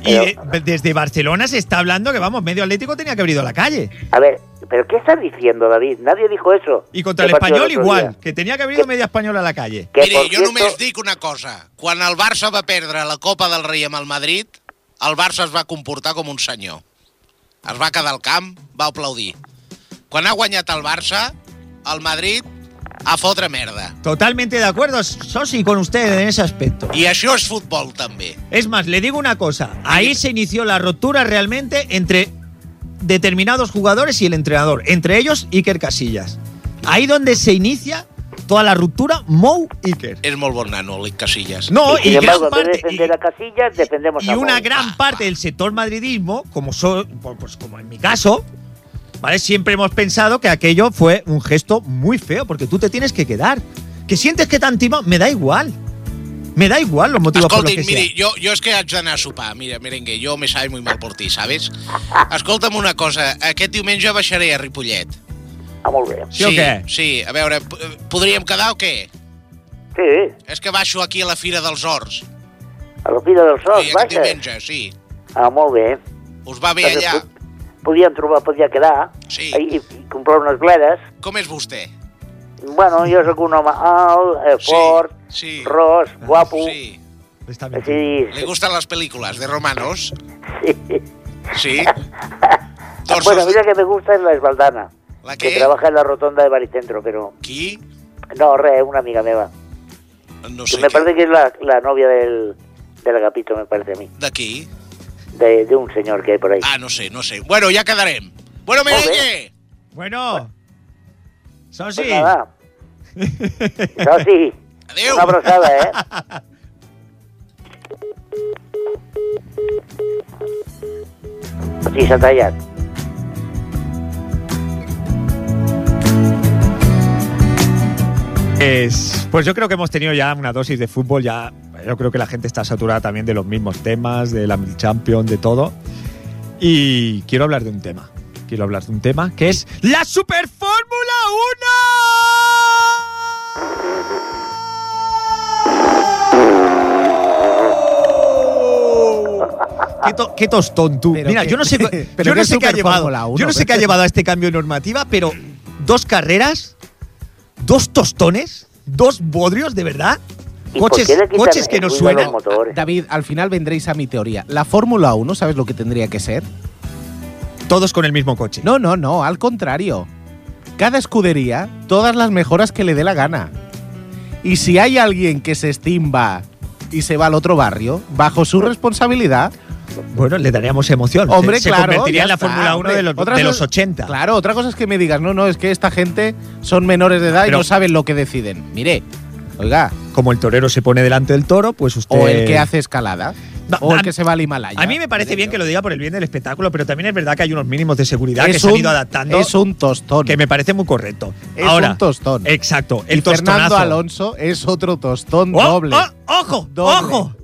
Y
Pero-
eh, desde Barcelona se está hablando que, vamos, medio Atlético tenía que haber ido a la calle.
A ver, ¿pero qué estás diciendo, David? Nadie dijo eso.
Y contra el
¿Qué pasó
español
otro
igual,
día?
que tenía que haber ido media española a la calle.
Que,
Mire,
por
jo
cierto,
només dic una cosa. Quan el Barça va perdre la Copa del Rei amb el Madrid, el Barça es va comportar com un senyor. Es va quedar al camp, va aplaudir. Quan ha guanyat el Barça, el Madrid a fotre merda.
Totalmente de acuerdo, Sosi, con usted en ese aspecto.
I això és futbol, també.
Es más, le digo una cosa, ahí se inició la rotura realmente entre determinados jugadores y el entrenador, entre ellos Iker Casillas. Ahí donde se inicia toda la ruptura Mou Iker.
És molt bon nano, l'Ic Casillas.
No,
y sin
y, gran
embargo, en vez de
parte, y-
defender a Casillas, defendemos
y
a
una
Mou.
gran parte del sector madridismo, como so- pues como en mi caso, ¿vale? Siempre hemos pensado que aquello fue un gesto muy feo, porque tú te tienes que quedar. Que sientes que te han timado, me da igual. Me da igual los motivos por los
Escolti,
que sea.
miri, jo, jo és que haig d'anar a sopar. Mira, merengue, jo me sabe muy mal por ti, ¿sabes? Escolta'm una cosa, aquest diumenge baixaré a Ripollet.
Ah, molt bé.
Sí o què?
Sí, a veure, p- eh, podríem quedar o què?
Sí,
És que baixo aquí a la Fira dels Horts.
a la Fira del Sol,
sí, aquest
Oh, vaja.
diumenge, sí.
Ah, molt bé.
Us va bé allà.
Doncs, Podíem trobar, podia quedar eh,
Sí.
i, i, i comprar unes bledes.
Com és vostè?
Bueno, jo sóc un home alt, eh,
Sí,
fort,
sí.
ros, guapo.
Sí.
Está bien.
Sí,
¿Le gustan las películas de romanos?
sí. [LAUGHS]
Sí.
Bueno, a
Torsos
mí
de...
la que me gusta es la esbaldana,
¿La
que
qué?
trabaja en la rotonda de Baricentro, pero
Qui?
no, re, una amiga meva.
No
Que
sé
me
què.
parece que es la, la novia del, del Agapito, me parece a mí,
De qui?
de, de un señor que hay por ahí.
Ah, no sé, no sé. Bueno, ja quedarem. Bueno,
Molt bé.
merengue!
Bueno, Sosi,
Pues nada. No, sí.
Adéu.
Una abrazada, ¿eh? Sí, s'ha tallat.
es- pues yo creo que hemos tenido ya una dosis de fútbol, ya yo creo que la gente está saturada también de los mismos temas, de la Champions, de todo. Y quiero hablar de un tema, quiero hablar de un tema que es la Super Fórmula 1. Qué, to- qué tostón tú.
Pero
Mira,
qué-
yo no
[LAUGHS]
sé, cu-
pero
yo
qué pues.
no sé qué ha
Super
llevado.
Fórmula 1,
Yo no sé qué ha llevado a este cambio de normativa, pero dos carreras, dos tostones, dos bodrios, de verdad.
¿Y por
Coches,
qué le quitan
coches que
el
no
ruido a
suenan.
los motores?
David, al final vendréis a mi teoría. La Fórmula 1, ¿sabes lo que tendría que ser?
Todos con el mismo coche.
No, no, no, al contrario. Cada escudería, todas las mejoras que le dé la gana. Y si hay alguien que se estimba y se va al otro barrio, bajo su
Pues
responsabilidad,
Bueno, le daríamos emoción.
hombre,
se, se
claro.
convertiría
ya
en la
está,
Fórmula 1
hombre.
de los,
Otra
de
cosa-
los 80.
Claro, otra cosa es que me digas, no, no, es que esta gente son menores de edad
Pero-
y no saben lo que deciden. Mire, oiga,
Como el torero se pone delante del toro, pues usted.
o el que hace escalada,
No,
o el
a-
que se va al Himalaya.
A mí me parece
Mire,
bien
yo-
que lo diga por el bien del espectáculo, pero también es verdad que hay unos mínimos de seguridad que
Es
se han
un-
ido adaptando,
Es un tostón.
que me parece muy correcto.
Es
Ahora,
un tostón.
exacto,
y
el
Fernando
tostonazo.
Alonso es otro tostón
¡Oh,
doble.
oh, ¡Ojo!
Doble.
¡Ojo!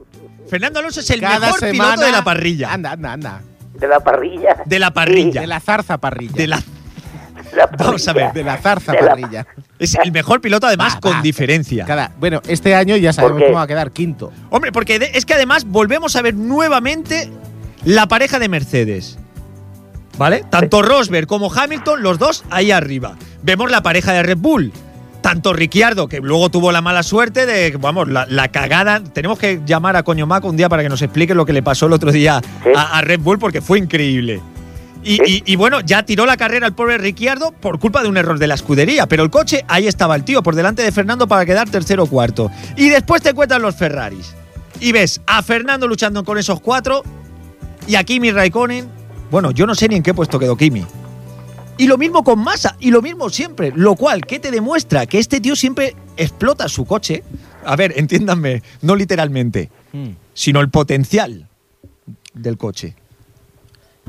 Fernando Alonso es el
Cada
mejor
semana,
piloto de la parrilla.
Anda, anda, anda.
De la parrilla.
[LAUGHS] De la parrilla.
De la zarza parrilla.
De la-
De la
Vamos a
parrilla.
ver.
De la zarza
De la-
parrilla.
es el mejor piloto, además,
Va,
con
va.
diferencia.
Cada- bueno, este año ya sabemos
qué?
cómo va a quedar quinto.
Hombre, porque de- es que además volvemos a ver nuevamente la pareja de Mercedes. ¿Vale? Tanto Rosberg como Hamilton, los dos ahí arriba. Vemos la pareja de Red Bull. Tanto Ricciardo, que luego tuvo la mala suerte de, vamos, la, la cagada. Tenemos que llamar a Coño Mac un día para que nos explique lo que le pasó el otro día
Sí.
a, a Red Bull, porque fue increíble. Y,
Sí.
y- y bueno, ya tiró la carrera el pobre Ricciardo por culpa de un error de la escudería, pero el coche ahí estaba el tío, por delante de Fernando para quedar tercero o cuarto. Y después te cuentan los Ferraris. Y ves a Fernando luchando con esos cuatro y a Kimi Raikkonen. Bueno, yo no sé ni en qué puesto quedó Kimi. Y lo mismo con Massa, y lo mismo siempre. Lo cual, ¿qué te demuestra? Que este tío siempre explota su coche. A ver, entiéndanme, no literalmente,
Mm.
sino el potencial del coche.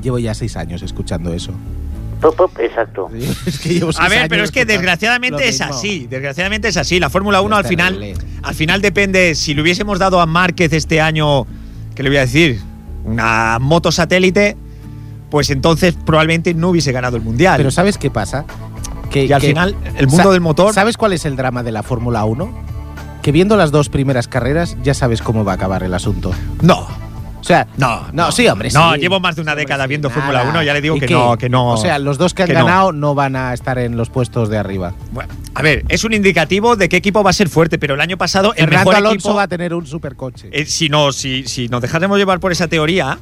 Llevo ya seis años escuchando eso. [LAUGHS]
Pop, pop, exacto.
es que llevo
A
seis
ver,
años
pero es que
escuchando lo
desgraciadamente es
mismo.
así. Desgraciadamente es así. La Fórmula 1 al
Es
final,
terrible.
al final depende. Si le hubiésemos dado a Márquez este año, ¿qué le voy a decir? Una moto satélite, pues entonces probablemente no hubiese ganado el mundial.
Pero ¿sabes qué pasa? Que,
y al
que-
final, el mundo
sa-
del motor.
¿Sabes cuál es el drama de la Fórmula 1? Que viendo las dos primeras carreras ya sabes cómo va a acabar el asunto.
No,
O sea,
no,
No, sí, hombre.
No,
sí.
llevo más de una
Sí, hombre,
década
sí,
viendo
nada.
Fórmula 1, ya le digo
¿Y
que
qué?
no, que no.
O sea, los dos que han
que no.
ganado no. van a estar en los puestos de arriba.
Bueno, a ver, es un indicativo de qué equipo va a ser fuerte, pero el año pasado el
Fernando
mejor
Alonso
equipo.
va a tener un supercoche.
Eh, si, no, si, si nos dejáramos llevar por esa teoría,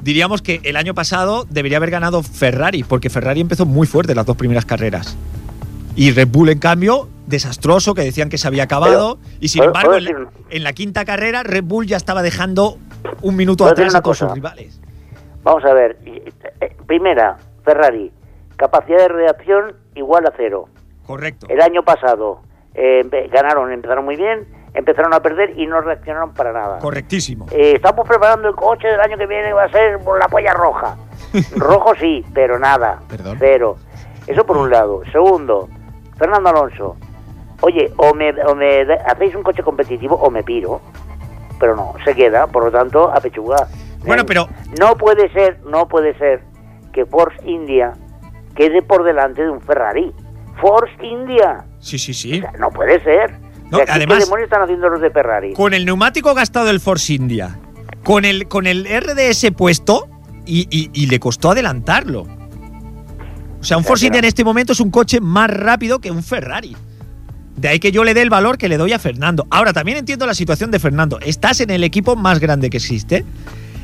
diríamos que el año pasado debería haber ganado Ferrari, porque Ferrari empezó muy fuerte las dos primeras carreras. Y Red Bull, en cambio, desastroso, que decían que se había acabado. y sin
¿puedo-
embargo,
puedo
en la,
decir-
en la quinta carrera, Red Bull ya estaba dejando un minuto
¿Puedo decir
atrás
una
a todos sus
cosa?
rivales.
Vamos a ver. eh, eh, Primera, Ferrari. Capacidad de reacción igual a cero.
Correcto.
El año pasado eh, empe- ganaron, empezaron muy bien, empezaron a perder y no reaccionaron para nada.
Correctísimo.
Eh, estamos preparando el coche del año que viene, va a ser por la
[LAUGHS]
polla roja. Rojo sí, pero nada.
Perdón.
Cero. Eso por un lado. Segundo, Fernando Alonso. Oye, o me, o me da- hacéis un coche competitivo o me piro. Pero no, se queda, por lo tanto, a pechuga.
Bueno,
Ven,
pero-
No puede ser, no puede ser que Force India quede por delante de un Ferrari. Force India.
Sí, sí, sí.
O sea, no puede ser.
No,
O sea, ¿qué-
además-
¿Qué demonios están haciendo los de Ferrari?
Con el neumático gastado del Force India, con el, con el RDS puesto y, y- y le costó adelantarlo. O sea, un
Ya,
Force
pero-
India en este momento es un coche más rápido que un Ferrari. De ahí que yo le dé el valor que le doy a Fernando. Ahora, también entiendo la situación de Fernando. Estás en el equipo más grande que existe.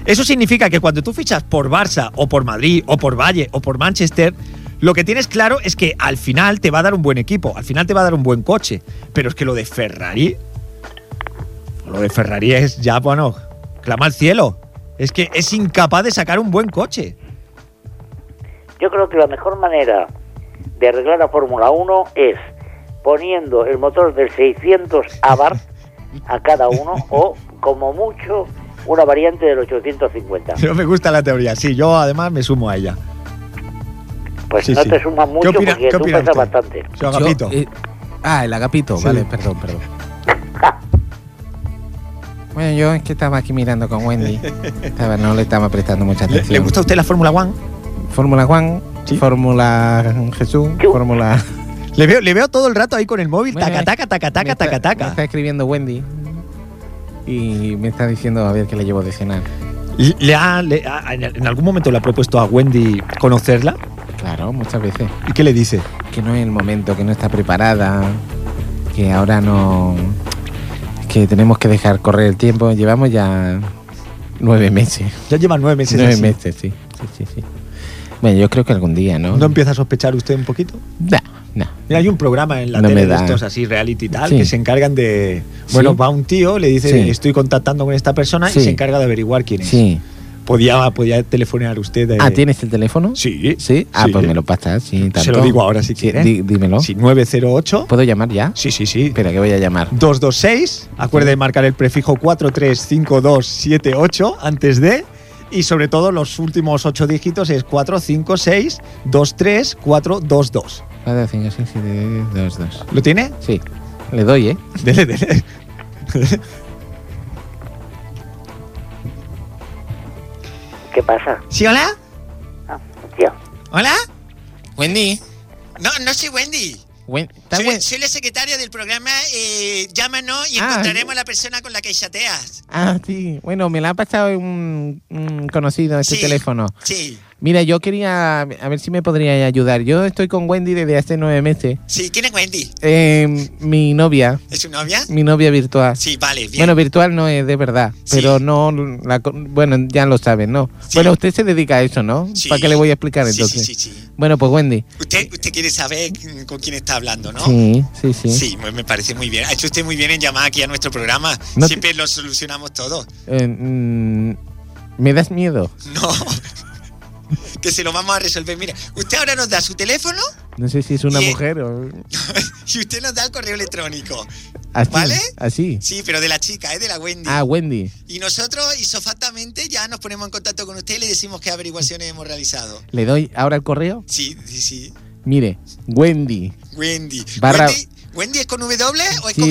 Eso significa que cuando tú fichas por Barça o por Madrid o por Valle o por Manchester, lo que tienes claro es que al final te va a dar un buen equipo, al final te va a dar un buen coche. Pero es que lo de Ferrari, lo de Ferrari es ya, bueno, clama al cielo. Es que es incapaz de sacar un buen coche.
Yo creo que la mejor manera de arreglar la Fórmula 1 es poniendo el motor del 600 abar a cada uno o, como mucho, una variante del 850.
[LAUGHS] No me gusta la teoría, sí, yo además me sumo a ella.
Pues
Sí,
no
sí.
te sumas mucho
opina-
porque
qué
tú
opina
pesas
usted?
bastante.
Yo,
Yo,
Agapito.
eh, ah, el agapito,
Sí.
vale, perdón, perdón. Bueno, yo es que estaba aquí mirando con
[LAUGHS]
Wendy. Estaba- no le estaba prestando mucha
¿Le,
atención.
le gusta a usted la Fórmula One?
Fórmula Juan,
Sí.
Fórmula Jesús,
Yo.
Fórmula.
Le veo, le veo todo el rato ahí con el móvil,
Bueno,
taca,
es-
taca, taca,
Me
taca,
está-
taca,
Me
taca.
está escribiendo Wendy y me está diciendo a ver qué le llevo de cenar.
¿Le ha- le ha- ¿En algún momento le ha propuesto a Wendy conocerla?
Claro, muchas veces.
¿Y qué le dice?
Que no es el momento, que no está preparada, que ahora no. que tenemos que dejar correr el tiempo. Llevamos ya nueve meses.
Ya lleva nueve meses
nueve
así.
meses, sí. sí, sí, sí. Bueno, yo creo que algún día, ¿no?
¿No empieza a sospechar usted un poquito?
no. no.
Mira, hay un programa en la
No
tele
me
de
da.
estos así, reality y tal,
Sí.
que se encargan de. Bueno,
Sí.
va un tío, le dice,
Sí.
estoy contactando con esta persona
Sí.
y se encarga de averiguar quién es.
Sí.
Podía, podía telefonear usted. eh,
Ah, ¿tienes el teléfono?
Sí.
¿Sí? Ah,
Sí.
pues me lo pasas, sí.
Se
tanto.
lo digo ahora si
Sí,
quiere.
di- dímelo.
Sí, 908.
¿Puedo llamar ya?
Sí, sí, sí.
Espera, que voy a llamar.
226. Acuerde de marcar el prefijo 435278 antes de. Y sobre todo los últimos ocho dígitos es 45623422.
4, 5, 6, 7, 2, 2.
¿Lo tiene? [LAUGHS]
Sí. Le doy, ¿eh?
Dele, dele.
¿Qué pasa?
¿Sí, hola?
Ah, hostia.
¿Hola?
Wendy.
No, no soy Wendy.
Wen- ¿Está
Soy,
Wen-
soy la secretaria del programa. eh, llámanos y
Ah.
encontraremos a la persona con la que chateas.
Ah, sí. Bueno, me la ha pasado un, un conocido este
Sí.
teléfono.
Sí.
Mira, yo quería. A ver si me podría ayudar. Yo estoy con Wendy desde hace nueve meses.
Sí, ¿quién es Wendy?
Eh, mi novia.
¿Es su novia?
Mi novia virtual.
Sí, vale, bien.
Bueno, virtual no es de verdad,
Sí.
pero no, la co- bueno, ya lo saben, ¿no?
Sí.
Bueno, usted se dedica a eso, ¿no?
Sí.
¿Para qué le voy a explicar
sí,
entonces?
sí, sí, sí.
Bueno, pues Wendy.
Usted, usted quiere saber mm, con quién está hablando, ¿no?
Sí, sí, sí.
Sí, me me parece muy bien. Ha hecho usted muy bien en llamar aquí a nuestro programa.
No te-
Siempre lo solucionamos todo.
Eh, mm, me das miedo.
No.
que se lo vamos a resolver. Mira, usted ahora nos da su teléfono
No sé si es una
Y-
mujer o.
y usted nos da el correo electrónico.
Así,
¿Vale?
Así.
Sí, pero de la chica, es de la Wendy.
Ah, Wendy.
Y nosotros, isofatamente, ya nos ponemos en contacto con usted y le decimos qué averiguaciones hemos realizado.
Le doy ahora el correo.
Sí, sí, sí.
Mire, Wendy.
Wendy.
Barra-
Wendy, ¿Wendy es con W
¿Eh?
o es
sí,
con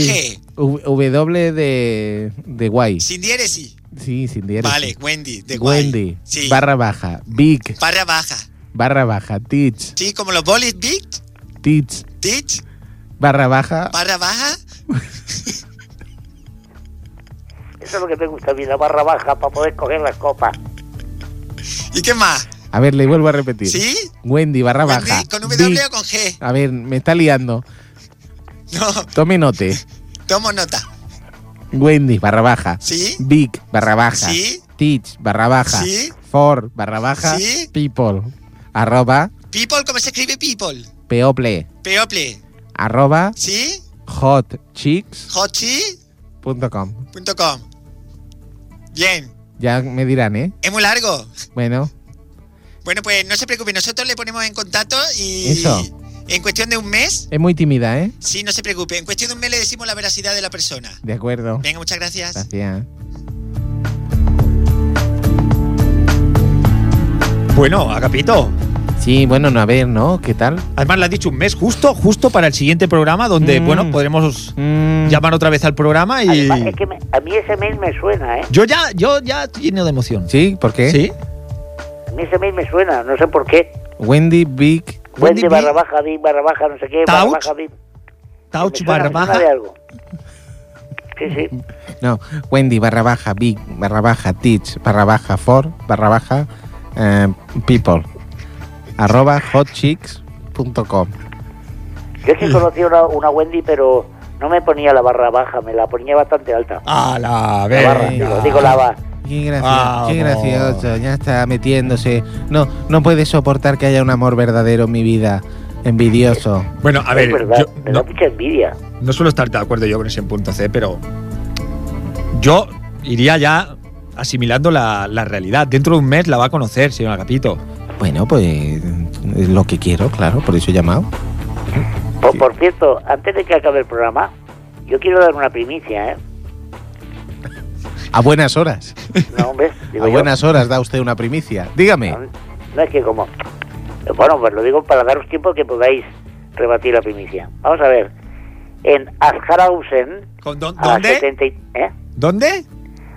G?
W W de, de guay.
Sin diéresis.
Sí, sin diéresis.
Vale, Wendy, de guay.
Wendy.
Sí.
Barra baja. Big.
Barra baja.
Barra baja. Teach.
Sí, como los bolis big,
Teach.
teach,
Barra baja.
barra baja.
Eso es lo que me gusta a mí, la barra baja para poder coger las copas.
¿Y qué más?
A ver, le vuelvo a repetir.
¿Sí?
Wendy. Barra
Wendy,
baja.
¿Con W
Big.
o con G?
A ver, me está liando.
No,
Tome note.
tomo nota.
Wendy. Barra baja.
¿Sí?
Big. Barra baja.
Sí.
Teach. Barra baja.
Sí.
For. Barra baja.
Sí.
People. Arroba.
People, ¿cómo se escribe people?
People.
People.
E, Arroba.
¿Sí?
Hotchicks.com.
Hotchi.com. Bien.
Ya me dirán, ¿eh?
Es muy largo.
Bueno,
Bueno, pues no se preocupe, nosotros le ponemos en contacto y
Eso.
en cuestión de un mes,
es muy tímida, ¿eh?
sí, no se preocupe, en cuestión de un mes le decimos la veracidad de la persona.
De acuerdo.
Venga, muchas gracias.
Gracias.
Bueno, Agapito.
Sí, bueno, no, a ver, ¿no? ¿Qué tal?
Además, le has dicho un mes justo, justo para el siguiente programa, donde,
Mm.
bueno, podremos
Mm,
llamar otra vez al programa y.
Además, es que me- a mí ese mail me suena, ¿eh?
Yo ya, yo ya estoy lleno de emoción.
¿Sí? ¿Por qué?
¿Sí?
A mí ese mail me suena, no sé por qué.
Wendy Big.
Wendy
Wendy
B.
barra baja, Big barra baja, no sé qué, barra
Touch.
baja, Big. Me
Touch
suena,
barra
me suena
baja.
de algo. Sí, sí.
No, Wendy barra baja Big barra baja Teach barra baja For barra baja eh, People. Arroba hotchicks.com.
Yo es que conocí una, una Wendy, pero no me ponía la barra baja, me la ponía bastante alta.
A la
La barra,
vez.
digo, digo la barra.
Qué gracioso,
Vamos.
qué gracioso, ya está metiéndose. No, no puede soportar que haya un amor verdadero en mi vida. Envidioso.
Bueno, a ver,
es verdad,
yo
me da
no,
mucha envidia.
no suelo estar de acuerdo yo con ese punto C, pero yo iría ya asimilando la, la realidad. Dentro de un mes la va a conocer, señor Agapito.
Bueno, pues es lo que quiero, claro, por eso he llamado.
Por, por cierto, antes de que acabe el programa, yo quiero dar una primicia, ¿eh?
A buenas horas.
No, hombre, digo
A
yo.
buenas horas da usted una primicia. Dígame.
No es que como. Bueno, pues lo digo para daros tiempo que podáis rebatir la primicia. Vamos a ver. En Asharausen.
¿Con
A 70, y- ¿eh?
¿Dónde?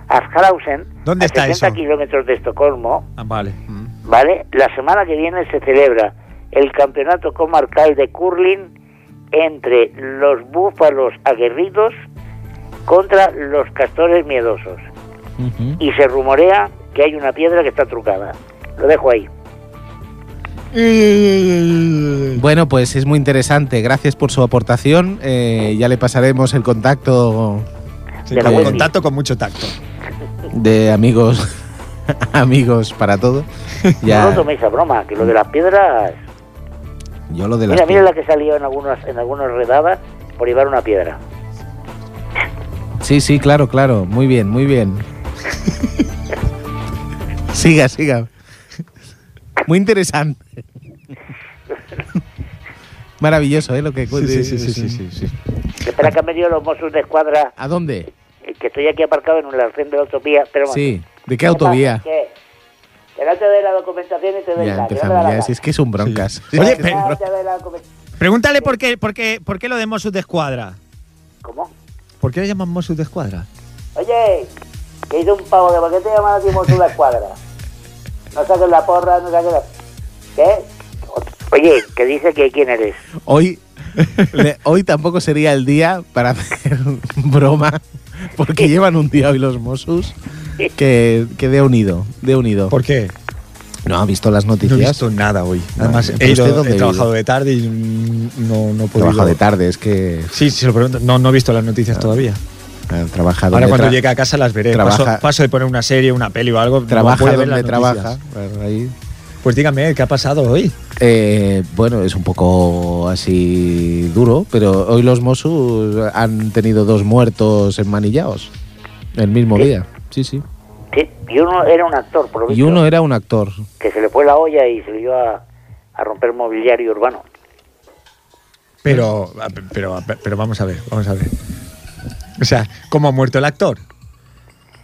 Asharausen.
¿Dónde
a
está
70
eso?
kilómetros de Estocolmo,
Ah, vale.
¿vale? La semana que viene se celebra el campeonato comarcal de curling entre los búfalos aguerridos contra los castores miedosos.
Ujú.
Y se rumorea que hay una piedra que está trucada. Lo dejo ahí.
Bueno, pues es muy interesante. Gracias por su aportación. Eh, ya le pasaremos el contacto
Sí,
De la
con
Wendy.
contacto con mucho tacto.
de amigos. [LAUGHS] amigos para todo.
No
Ya,
lo toméis a broma, que lo de las piedras.
yo lo de las
Mira, mira
piedras.
la que salió en algunas, en algunas redadas por llevar una piedra.
Sí, sí, claro, claro. Muy bien, muy bien. [LAUGHS] siga, siga. Muy interesante. Maravilloso, ¿eh? Lo que
Espera que han venido los Mossos de Escuadra,
¿A dónde?
eh, que estoy aquí aparcado en un arcén de la autovía. Pero bueno.
Sí. ¿De qué
¿Qué pasa?
autovía?
¿Qué? Que no te doy la documentación y te doy
Ya
la. que no me
empezamos.
da la
Ya,
gana.
si es que es un broncas.
Sí. Oye,
Que
pero-
no te doy la document-
Pregúntale por qué, por qué, por qué lo de Mossus de Escuadra.
¿Cómo?
¿Por qué le llaman Mossus de Escuadra?
Oye, que hizo un pavo de paquete llamado aquí Mossos
[LAUGHS]
de Escuadra. No saques la porra, no saques la. ¿Qué? Oye, que dice que quién eres.
Hoy, le- hoy tampoco sería el día para hacer [LAUGHS] broma, porque llevan un día hoy los Mossos que, que de unido, de unido.
¿Por qué?
¿No ha visto las
No
noticias?
he visto nada hoy. Además,
¿pero
he, ido-
usted
he
dónde vive?
trabajado de tarde y mm, no, no he podido.
He trabajado de tarde, es que
Sí, se lo pregunto. No, no he visto las noticias todavía.
eh, trabaja
Ahora
donde
cuando
tra-
llegue a casa las veré.
trabaja-
paso, paso de poner una serie, una peli o algo. no
trabaja
voy a ver
donde
las
trabaja.
noticias.
ahí.
Pues dígame, ¿qué ha pasado hoy?
Eh, bueno, es un poco así duro, pero hoy los Mossos han tenido dos muertos enmanillados el mismo día. Sí, sí.
que- y uno era un actor, por lo
Y
visto,
uno era un actor.
que se le fue la olla y se le iba a, a romper mobiliario urbano.
Pero,
Pues
pero, pero vamos a ver, vamos a ver. O sea, ¿cómo ha muerto el actor?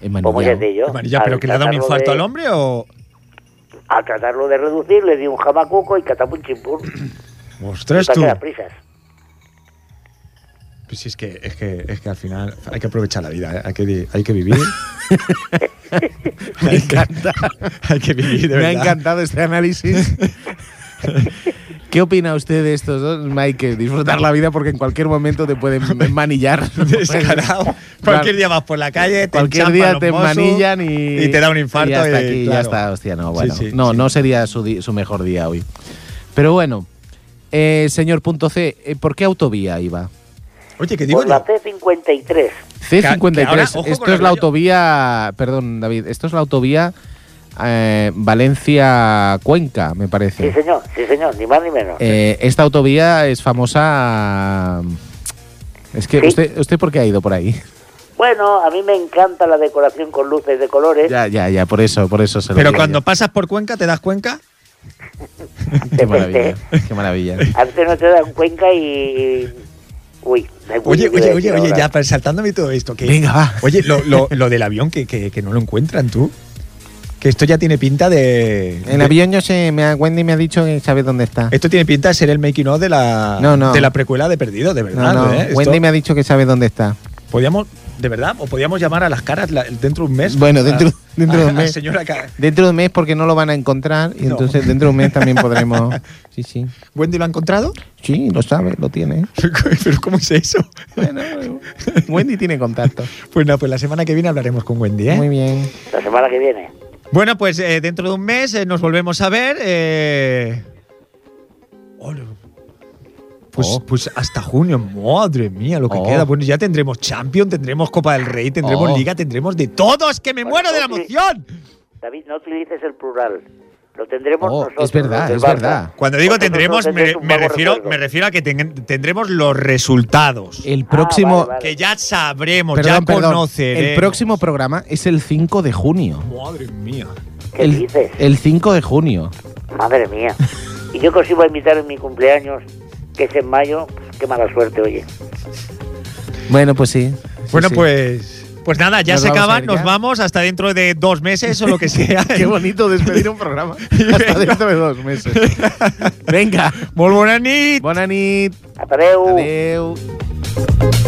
Emmanuel.
Como ya te digo,
Amarilla,
al
¿pero que le ha dado un
tratarlo
infarto
de-
al hombre o...?
Al tratarlo de reducir, le di un jamacuco y catapum chimpum.
Ostras,
Para
tú.
que las prisas.
Pues sí, es que, es, que, es que al final hay que aprovechar la vida, ¿eh? hay, que, di- hay que vivir.
[LAUGHS] Me encanta.
[LAUGHS] hay que vivir, de
Me ha
verdad.
encantado este análisis. [LAUGHS] ¿Qué opina usted de estos dos, Michael? Disfrutar la vida porque en cualquier momento
[LAUGHS]
te pueden manillar.
[LAUGHS] Descarado. Cualquier día vas por la calle, te
Cualquier
enchampan
día
los
te
mozos
manillan y,
y te da un infarto.
Y ya está,
y,
aquí, ya
claro.
está, hostia, no, bueno.
Sí, sí,
no,
sí.
no sería su, di- su mejor día hoy. Pero bueno, eh, señor punto C, eh, ¿por qué autovía iba?
Oye, ¿qué digo
Por
yo?
la C53.
C53,
Que- que ahora, ojo con
esto
el
es
rollo.
la autovía, perdón David, esto es la autovía eh, Valencia-Cuenca, me parece.
Sí, señor, sí, señor, ni más ni menos.
Eh, esta autovía es famosa. Es que
Sí.
usted, usted por qué ha ido por ahí.
Bueno, a mí me encanta la decoración con luces de colores.
Ya, ya, ya, por eso, por eso se lo
Pero
digo
cuando
yo.
pasas por Cuenca, ¿te das cuenca?
[LAUGHS]
Qué maravilla, qué
[LAUGHS]
maravilla.
Este, Antes no te dan cuenca y... Uy, me-
Oye, oye,
voy a
oye,
decir
oye,
ahora.
ya, pero saltándome todo esto. Que,
Venga, va.
Oye, lo, lo- lo del avión que, que- que no lo encuentran tú. Que esto ya tiene pinta de.
El
de-
avión, yo sé, me ha- Wendy me ha dicho que sabe dónde está.
Esto tiene pinta de ser el making of de la,
No, no.
De la precuela de Perdido, de
No,
verdad.
no,
¿eh? Esto-
Wendy me ha dicho que sabe dónde está.
Podíamos, de verdad, o podíamos llamar a las caras la- dentro de un mes.
Bueno,
A-
dentro- [LAUGHS] dentro de un
a- a
mes.
señora Ca-
Dentro de un mes, porque no lo van a encontrar, y
ah, No.
entonces dentro de un mes también
[LAUGHS]
podremos. Sí, sí.
¿Wendy lo ha encontrado? [LAUGHS]
Sí, lo sabe, lo tiene.
¿Pero cómo es eso?
Bueno, Wendy
[LAUGHS]
tiene contacto.
Pues nada, pues la semana que viene hablaremos con Wendy, ¿eh?
Muy bien.
La semana que viene.
Bueno, pues eh, dentro de un mes eh, nos volvemos a ver. eh. Ole. Pues,
Oh.
pues hasta junio, madre mía, lo que
Oh.
queda. Bueno, ya tendremos Champion, tendremos Copa del Rey, tendremos
Oh.
Liga, tendremos de todos, que me muero de la emoción.
David, no utilices el plural. Lo tendremos
Oh,
nosotros.
es verdad,
los del
es
Barça.
verdad.
Cuando digo
Vosotros
tendremos,
no
me,
tendréis un
me
vago
refiero,
recuerdo.
me refiero a que ten- tendremos los resultados.
El
Ah,
próximo.
vale, vale.
Que ya sabremos,
Perdón,
ya eh.
perdón.
conoceremos.
El próximo programa es el 5 de junio.
Madre mía.
¿Qué
el,
dices?
el 5 de junio.
Madre mía. Y yo que os iba a invitar en mi cumpleaños, que es en mayo, pues, qué mala suerte, oye.
Bueno, pues sí. sí,
Bueno,
sí.
pues. Pues nada, ya
Nos
se
vamos a
acaban,
ir ya.
nos vamos hasta dentro de dos meses o
[LAUGHS]
lo que sea.
Qué bonito despedir
[LAUGHS]
un programa. Hasta dentro de dos meses. Venga.
Molt bona nit!
Bona nit.
Hasta luego.
Adeu.